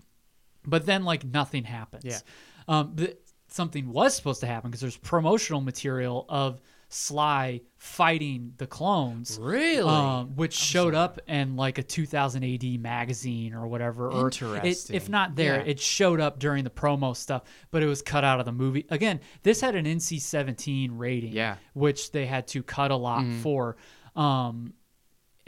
but then like nothing happens. Yeah. Um, th- something was supposed to happen because there's promotional material of Sly fighting the clones. Really? Um, which showed up in like a 2000 AD magazine or whatever. or it- if Interesting. not there, Yeah. it showed up during the promo stuff, but it was cut out of the movie. Again, this had an NC 17 rating, Yeah. Mm-hmm. which they had to cut a lot for. Um,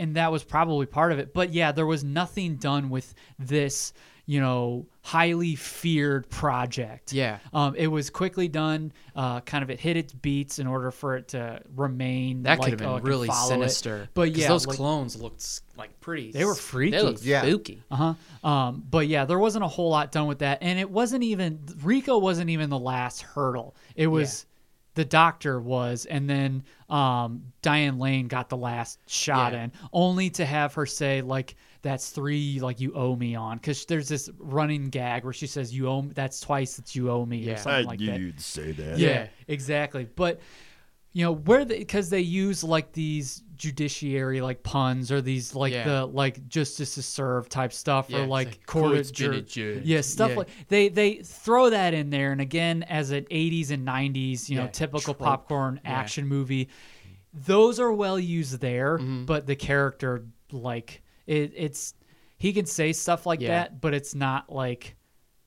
and that was probably part of it. But yeah, there was nothing done with this, you know, highly feared project. Yeah. Um, it was quickly done. Uh, kind of it hit its beats in order for it to remain. that like, could have been oh, I can really follow it. sinister. But 'cause yeah, those like- clones looked s- like pretty. They were s- freaky. They looked Yeah. spooky. Uh huh. Um, but yeah, there wasn't a whole lot done with that, and it wasn't even Rico wasn't even the last hurdle. It was the doctor was, and then um, Diane Lane got the last shot Yeah. in, only to have her say like, "That's three, like you owe me on," because there's this running gag where she says, "You owe, me, that's twice that you owe me," Yeah. or I something like knew that. you'd say that. Yeah, Yeah. exactly. But you know where they because they use like these judiciary like puns or these like Yeah. the like justice is served type stuff Yeah, or it's like, like, court court's of been jur- adjourned. yeah stuff Yeah. like they they throw that in there and again as an 80s and 90s you know Yeah, typical trope. popcorn Yeah. action movie those are well used there Mm-hmm. but the character like it, it's he can say stuff like Yeah. that but it's not like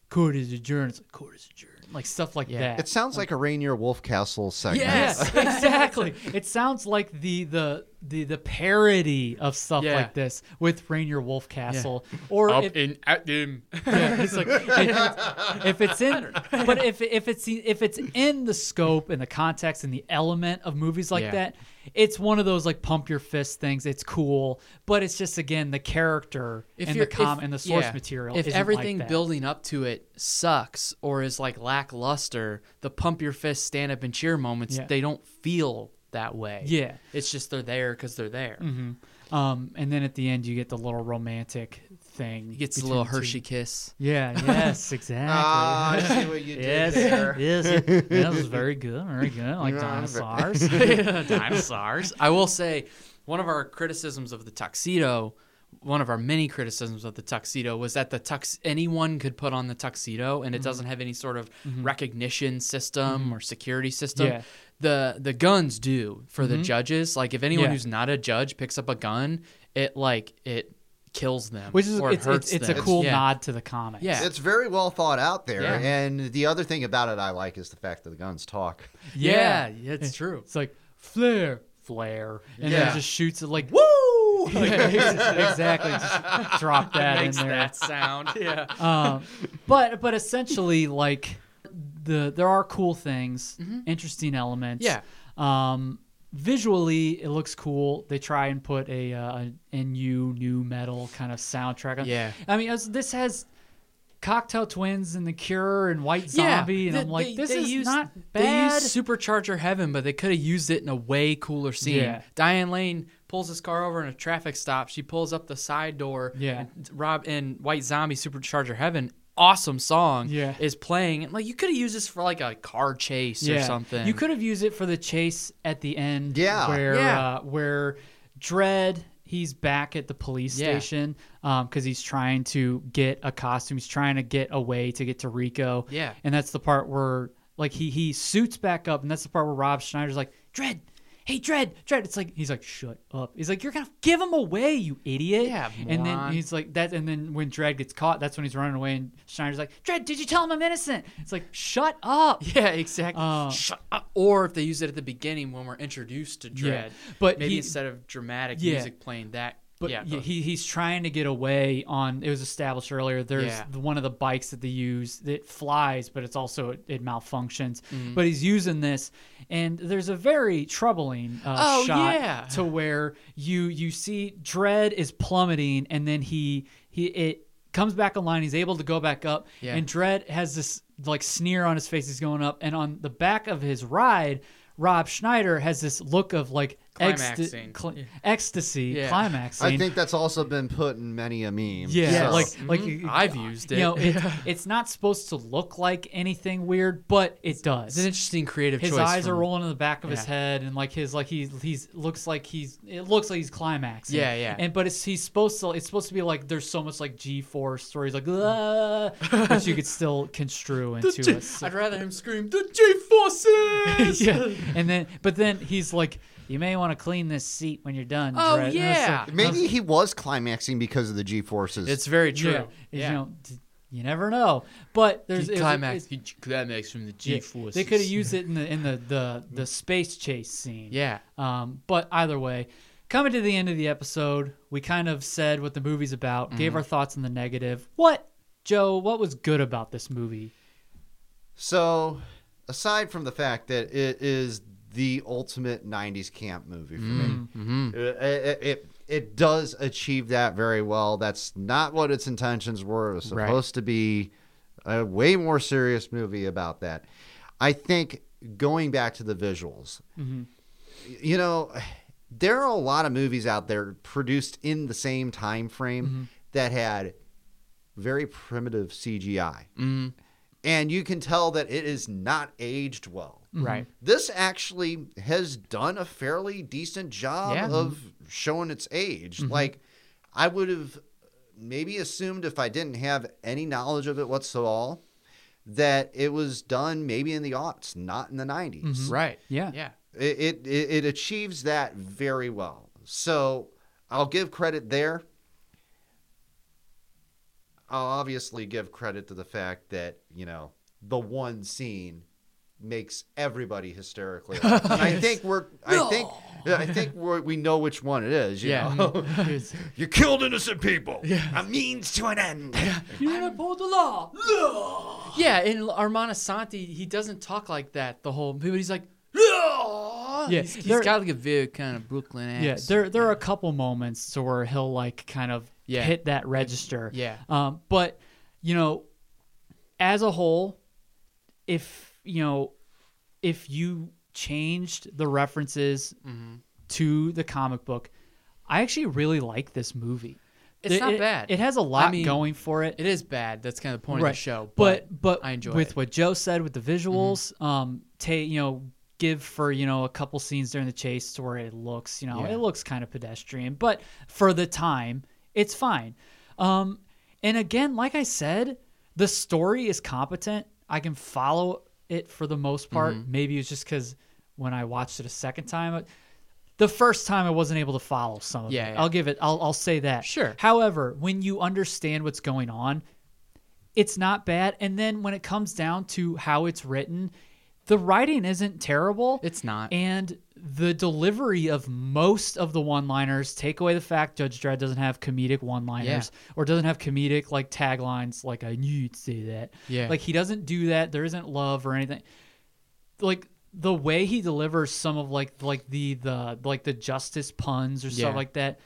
court is adjourned it's like court is adjourned like stuff like that It sounds like a Rainier Wolfcastle segment. Yes, exactly. It sounds like the the the the parody of stuff Yeah. like this with Rainier Wolf Castle, or if, in at them. yeah, it's like, if- if it's in, but if if it's if it's in the scope and the context and the element of movies like Yeah. that, it's one of those like pump your fist things. It's cool, but it's just again the character and the you're- com and the source yeah, material. If isn't like everything that. building up to it sucks or is like lackluster, the pump your fist, stand up and cheer moments, Yeah. they don't feel that way. Yeah. It's just they're there because they're there. Um, and then at the end, you get the little romantic thing. He gets a between little the two. Hershey kiss. Yeah. Yes. Exactly. Ah, I see what you did yes. there. Yes. yes, That was very good. Very good. I Like dinosaurs. dinosaurs. I will say, one of our criticisms of the tuxedo, one of our many criticisms of the tuxedo, was that the tux anyone could put on the tuxedo, Mm-hmm. and it doesn't have any sort of recognition system or security system. Yeah. Mm-hmm. The the guns do for the judges. Like if anyone Yeah. who's not a judge picks up a gun, it like it kills them, Which is or it it's, it's, hurts it's a them. cool Yeah. nod to the comics. Yeah. It's very well thought out there. Yeah. And the other thing about it I like is the fact that the guns talk. Yeah. Yeah, yeah, it's true. It's like flare, flare, and then Yeah. it just shoots it like woo. exactly. Just drop that in Makes there. that sound. Yeah. um, but but essentially like the there are cool things interesting elements Mm-hmm. Yeah. um visually it looks cool they try and put a uh, an nu new metal kind of soundtrack on Yeah. i mean as, this has cocktail twins and the cure and white zombie and th- i'm like they- this they is used- not They bad used Supercharger Heaven, but they could have used it in a way cooler scene. Yeah. Diane Lane pulls his car over in a traffic stop. She pulls up the side door. Yeah. And Rob and White Zombie Supercharger Heaven, awesome song. Yeah. Is playing. Like you could have used this for like a car chase or something. You could have used it for the chase at the end. Yeah. Where Yeah. Uh, where Dread he's back at the police Yeah. station because he's trying to get a costume. He's trying to get away to get to Rico. Yeah. And that's the part where like he he suits back up, and that's the part where Rob Schneider's like Dread. Hey Dread, Dread. It's like he's like, shut up. He's like, you're gonna give him away, you idiot. Yeah, And then moron. he's like that. And then when Dread gets caught, that's when he's running away. And Schneider's like, Dread, did you tell him I'm innocent? It's like, shut up. Yeah, exactly. Uh, Shut up. Or if they use it at the beginning when we're introduced to Dread, but maybe he- instead of dramatic Yeah. music playing that. But yeah, yeah, go- he he's trying to get away on. It was established earlier. There's Yeah. the- one of the bikes that they use that flies, but it's also it, it malfunctions. Mm-hmm. But he's using this, and there's a very troubling uh, Oh, shot yeah. to where you you see Dread is plummeting, and then he he it comes back online. He's able to go back up, Yeah. and Dread has this like sneer on his face. He's going up, and on the back of his ride. Rob Schneider has this look of like ext- Climaxing. cl- ecstasy, Yeah. climaxing. I think that's also been put in many a meme. Yeah, so- like like Mhm. you- I've used it. You know, it, it's not supposed to look like anything weird, but it does. it's an interesting creative his choice. eyes are from- rolling in the back of his Yeah. head, and like his like he he's looks like he's it looks like he's climaxing. Yeah, yeah. And but it's he's supposed to it's supposed to be like there's so much like G force where he's like ah, which you could still construe into a I'd rather him scream the G forces. yeah. And then but then he's like you may want to clean this seat when you're done. Dredd." Oh, And it's yeah. like- Maybe he was climaxing because of the G forces. It's very true. Yeah. Yeah. You know, d- you never know. But there's he it's- climax. it's- He climax from the G Yeah, forces. They could have used it in the in the, the the space chase scene. Yeah. Um, but either way, coming to the end of the episode, we kind of said what the movie's about, gave our thoughts on the negative. What Joe? What was good about this movie? so, aside from the fact that it is the ultimate 90s camp movie for me, it, it, it, it does achieve that very well. That's not what its intentions were. It was Right. supposed to be a way more serious movie about that. I think going back to the visuals, you know there are a lot of movies out there produced in the same time frame that had very primitive cgi Mm-hmm. and you can tell that it is not aged well Right. this actually has done a fairly decent job Yeah. of showing its age like i would have maybe assumed if i didn't have any knowledge of it whatsoever that it was done maybe in the aughts not in the 90s Right. Yeah. Mm-hmm. Yeah. it, it it achieves that very well. So I'll give credit there. I'll obviously give credit to the fact that you know the one scene makes everybody hysterically. laugh. I think we're. I think. I think we're, we know which one it is. You Yeah. Mm-hmm. know? you killed innocent people. A means to an end. You're gonna pull the law. Yeah. And Armand Santi, he doesn't talk like that the whole movie. He's like, yeah. He's, he's there- got like a very kind of Brooklyn Yeah, ass. there there are a couple moments to where he'll like kind of Yeah. hit that register. Yeah. Um, but you know, as a whole, if you know, if you changed the references Mm-hmm. to the comic book. I actually really like this movie. It's It- not it- bad. It has a I lot mean, going for it. It is bad. That's kind of the point of the show. But but, I enjoy with it. Mm-hmm. what Joe said with the visuals, um, take you know, give for you know a couple scenes during the chase to where it looks you know Yeah. it looks kind of pedestrian, but for the time it's fine. Um, and again, like I said, the story is competent. I can follow it for the most part. Mm-hmm. Maybe it's just because when I watched it a second time. I- the first time I wasn't able to follow some of Yeah, it. yeah. I'll give it. I'll, I'll say that. Sure. However, when you understand what's going on, it's not bad. And then when it comes down to how it's written, the writing isn't terrible. It's not. And the delivery of most of the one-liners, take away the fact Judge Dredd doesn't have comedic one-liners or doesn't have comedic like taglines like I knew you'd say that. Yeah. Like he doesn't do that. There isn't love or anything like the way he delivers some of like like the the like the justice puns or Yeah. Mm-hmm. stuff like that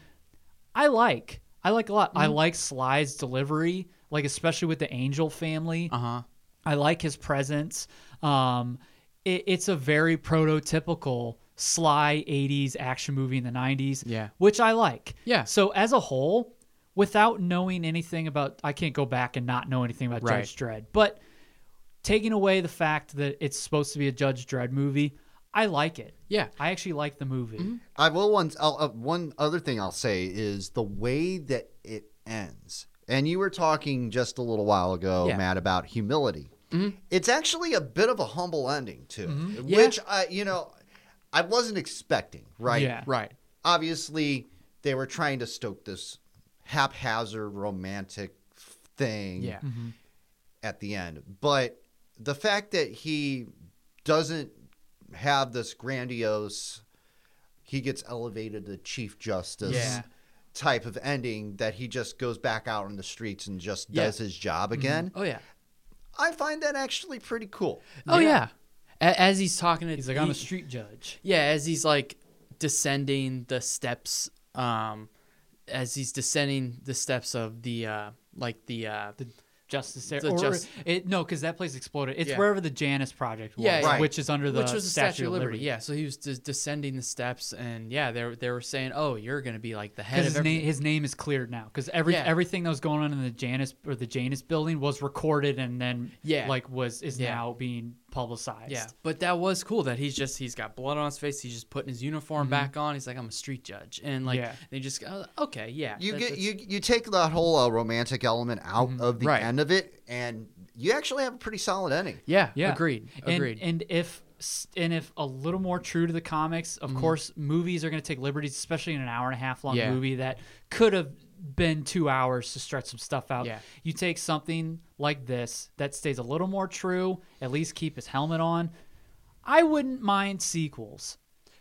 i like i like a lot i like sly's delivery like especially with the angel family uh huh. i like his presence um it, it's a very prototypical sly 80s action movie in the 90s Yeah. which i like Yeah. so as a whole without knowing anything about i can't go back and not know anything about Right. judge dredd but taking away the fact that it's supposed to be a Judge Dredd movie, I like it. Yeah. I actually like the movie. Mm-hmm. I will once. I'll, uh, one other thing I'll say is the way that it ends. And you were talking just a little while ago, Yeah. Mm-hmm. Matt, about humility. It's actually a bit of a humble ending to it, Yeah. which I, you know, I wasn't expecting. Right. Yeah. Right. Obviously, they were trying to stoke this haphazard romantic thing Yeah. Mm-hmm. at the end. But the fact that he doesn't have this grandiose, he gets elevated to Chief Justice Yeah. type of ending, that he just goes back out on the streets and just does his job again, Oh yeah. I find that actually pretty cool. Oh yeah. A- As he's talking, to, He's like, I'm a he- street judge. Yeah, as he's like descending the steps, um, as he's descending the steps of the uh, like the uh, Justice there. The Or, Jus- it, no, because that place exploded. It's Yeah. wherever the Janus Project was, Yeah, yeah. Right. which is under the which was the Statue, of Liberty. Yeah, so he was des- descending the steps, and yeah, they were- they were saying, oh, you're gonna be like the head Because of his name, everything. his name is cleared now. Because every Yeah. everything that was going on in the Janus or the Janus building was recorded and then Yeah. like was is Yeah. now being publicized. Yeah, but that was cool that he's just he's got blood on his face. He's just putting his uniform back on. He's like, I'm a street judge, and like Mm-hmm. Yeah. they just go, okay, yeah, You that- get that's- you you take that whole uh, romantic element out of the Right. end of it, and you actually have a pretty solid ending. yeah, Yeah, agreed, And, agreed. And if s- and if a little more true to the comics, of course, movies are going to take liberties, especially in an hour and a half long Mm-hmm. Yeah. movie that could have been two hours to stretch some stuff out. Yeah. You take something like this that stays a little more true, at least keep his helmet on. I wouldn't mind sequels.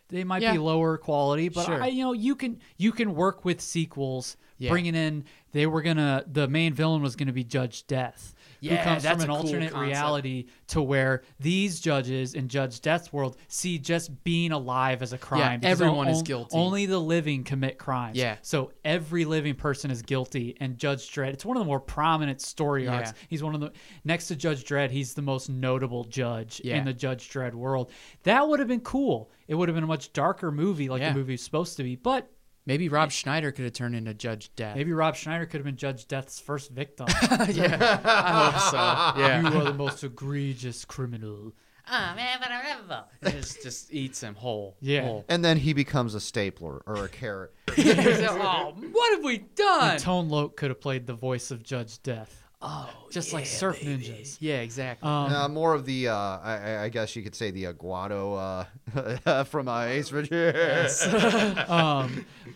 They might Yeah. be lower quality, but Sure. I, you know, you can you can work with sequels. Yeah. Bringing in, they were gonna the main villain was gonna be Judge Death, who Yeah, comes that's from an a cool alternate concept. reality reality to where these judges in Judge Death's world see just being alive as a crime. because everyone is on- guilty. Only the living commit crimes. Yeah. So every living person is guilty, and Judge Dredd. It's one of the more prominent story arcs. Yeah. He's one of the next to Judge Dredd. He's the most notable judge Yeah. in the Judge Dredd world. That would have been cool. It would have been a much darker movie, like Yeah. the movie was supposed to be. But Maybe Rob Schneider could have turned into Judge Death. maybe Rob Schneider could have been Judge Death's first victim. I hope so. Yeah, you are the most egregious criminal. And just just eats him whole. Yeah. whole. And then he becomes a stapler or a carrot. oh, what have we done? Tone Loc could have played the voice of Judge Death. Oh, just like Surf Ninjas. Yeah, exactly. Uh, more of the, uh, I, I- I guess you could say the aguado uh, from uh, Ace Ventura.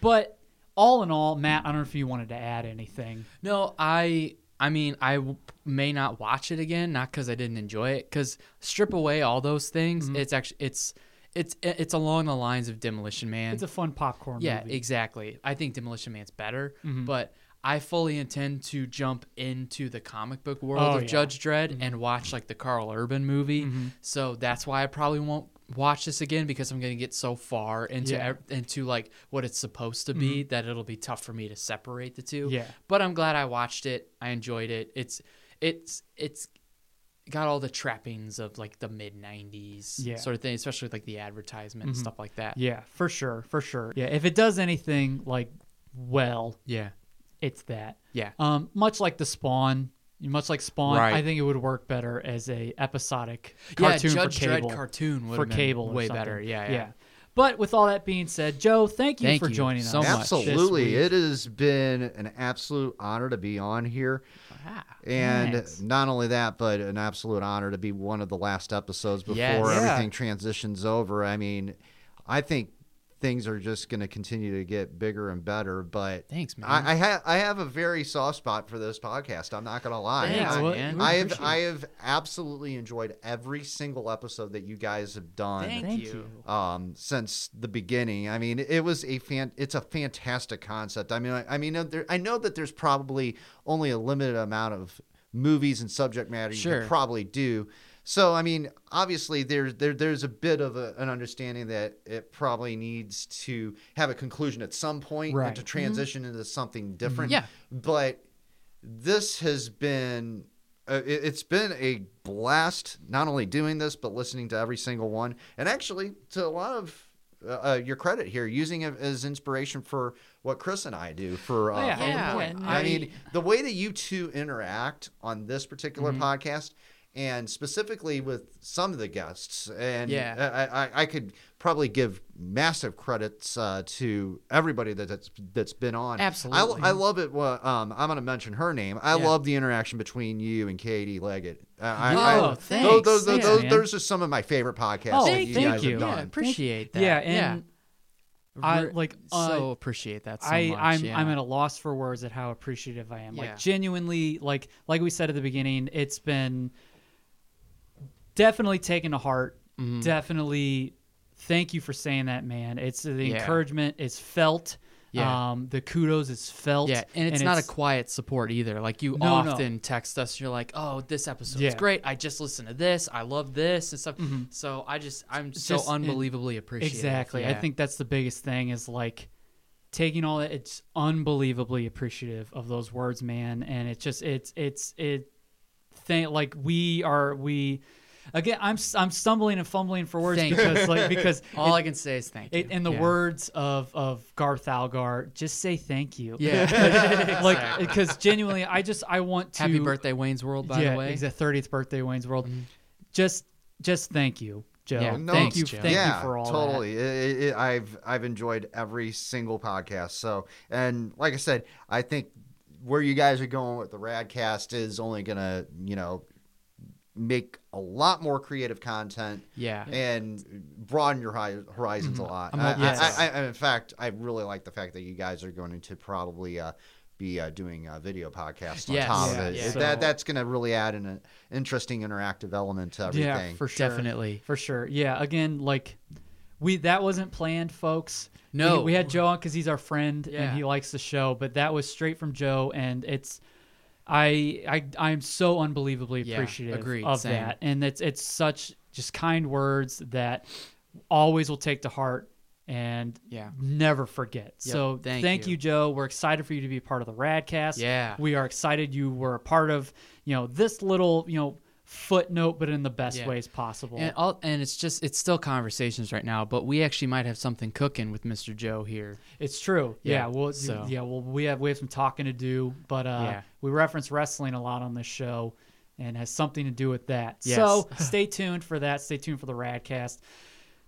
But all in all, Matt, I don't know if you wanted to add anything. no, I I mean I w- may not watch it again, not because I didn't enjoy it, because strip away all those things, it's actually it's it's it's along the lines of Demolition Man. It's a fun popcorn yeah, movie. Mm-hmm. exactly. I think Demolition Man's better, but I fully intend to jump into the comic book world Oh, of yeah. Mm-hmm. Judge Dredd and watch like the Carl Urban movie. So that's why I probably won't watch this again because I'm going to get so far into Yeah. Mm-hmm. ev- into like what it's supposed to be that it'll be tough for me to separate the two. Yeah. But I'm glad I watched it. I enjoyed it. It's it's it's got all the trappings of like the mid 90s Yeah. Mm-hmm. sort of thing, especially with, like the advertisement and stuff like that. Yeah, for sure, for sure. Yeah, if it does anything like well, Yeah. it's that. Yeah. Um, much like the Spawn, much like Spawn, Right. I think it would work better as a episodic cartoon yeah, Judge for cable. Dredd cartoon would for cable, or way something. better. Yeah, yeah. But with all that being said, Joe, thank you Thank for you joining so us. much. Absolutely. this week. It has been an absolute honor to be on here. Ah, And thanks. not only that, but an absolute honor to be one of the last episodes before Yes. Yeah. everything transitions over. I mean, I think things are just going to continue to get bigger and better. But Thanks, man. I, I have I have a very soft spot for this podcast. I'm not going to lie. Thanks, I, well, man. we I have appreciate I it. have absolutely enjoyed every single episode that you guys have done Thank, Thank you. you. um, since the beginning. I mean, it was a fan. It's a fantastic concept. I mean, I, I mean, uh, there, I know that there's probably only a limited amount of movies and subject matter you Sure. can probably do. So, I mean, obviously, there's there, there's a bit of a, an understanding that it probably needs to have a conclusion at some point Right. and to transition into something different. Yeah. but this has been uh, it- it's been a blast not only doing this but listening to every single one and actually to a lot of uh, uh, your credit here using it as inspiration for what chris and i do for uh, Oh, yeah. Yeah, Overpoint. and I, I- mean the way that you two interact on this particular Mm-hmm. podcast and specifically with some of the guests and Yeah. I, I, I could probably give massive credits uh, to everybody that, that's that's been on Absolutely. I, I love it. Well, um, I'm going to mention her name. I Yeah. love the interaction between you and Katie Leggett. Uh, I, Oh, I, thanks. Those, those, Thanks, those, man. those are some of my favorite podcasts. Oh, that thank you you. guys have Yeah, I done. appreciate that. Yeah, and I, Re- like, so uh, appreciate that. So I, much, I'm yeah. I'm at a loss for words at how appreciative I am. Yeah. Like genuinely, like like we said at the beginning, it's been definitely taken to heart. Mm-hmm. Definitely, thank you for saying that, man. It's the Yeah. encouragement is felt. Yeah. Um, the kudos is felt. yeah, and it's not a quiet support either. Like you No, no. often text us, you're like, "Oh, this episode's Yeah. Mm-hmm. great. I just listened to this. I love this and stuff." So I just, I'm so just- it- unbelievably appreciative. exactly. I Yeah. think that's the biggest thing is like taking all that. It's unbelievably appreciative of those words, man. And it just it's it's it thing like we are we again. I'm s- I'm stumbling and fumbling for words Thank you. because like because all it, I can say is thank you. it, in the Yeah. words of of Garth Algar, just say thank you. yeah. like because genuinely, I just I want to Happy birthday, Wayne's World. By yeah, the way, Mm-hmm. it's the thirtieth birthday, Wayne's World. Just, just thank you, Joe. Yeah, No, thank thanks, you, Joe. thank yeah, you for all that. totally. It- it- it- I've I've enjoyed every single podcast. So, and like I said, I think where you guys are going with the Radcast is only gonna you know make a lot more creative content. Yeah. Mm-hmm. and broaden your hi- horizons a lot. I'm I, hoping I, so. I, I, in fact, I really like the fact that you guys are going to probably. Uh, be uh, doing a video podcast on Yes. top Yeah, of it. yeah. That So- that's going to really add an, uh, interesting interactive element to everything. Yeah, for sure. Definitely. For sure. Yeah, again, like we that wasn't planned, folks. No. We, we had Joe on cuz he's our friend Yeah. and he likes the show, but that was straight from Joe and it's I I I'm so unbelievably Yeah, appreciative agreed, of same. that. And it's it's such just kind words that always will take to heart and Yeah. never forget. so thank thank, you. you. Joe. We're excited for you to be a part of the Radcast. Yeah. We are excited you were a part of, you know, this little, you know, footnote but in the best Yeah. ways possible. And all, and it's just it's still conversations right now, but we actually might have something cooking with Mr. Joe here. It's true. Yeah. Yeah, well, so- yeah. Well, we have we have some talking to do, but uh, Yeah. we reference wrestling a lot on this show, and has something to do with that. Yes. So stay tuned for that. Stay tuned for the Radcast.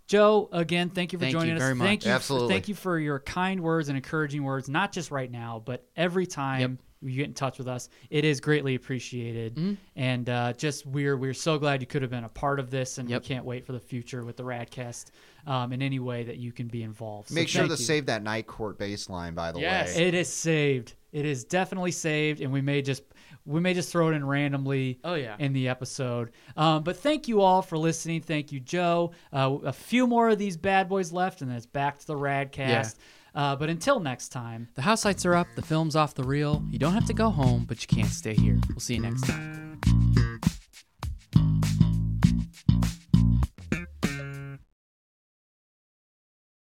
Joe, again, thank you for Thank you joining us. very much. Thank you. Absolutely. For, thank you for your kind words and encouraging words, not just right now, but every time you get in touch with us, it is greatly appreciated. Mm-hmm. And uh, just we're we're so glad you could have been a part of this, and Yep. we can't wait for the future with the Radcast um, in any way that you can be involved. So Make sure thank to you. save that night court baseline, by the Yes. way. It is saved. It is definitely saved, and we may just we may just throw it in randomly. Oh, yeah. in the episode. Um, but thank you all for listening. Thank you, Joe. Uh, a few more of these bad boys left, and then it's back to the Radcast. Uh, but until next time. The house lights are up, the film's off the reel. You don't have to go home, but you can't stay here. We'll see you next time.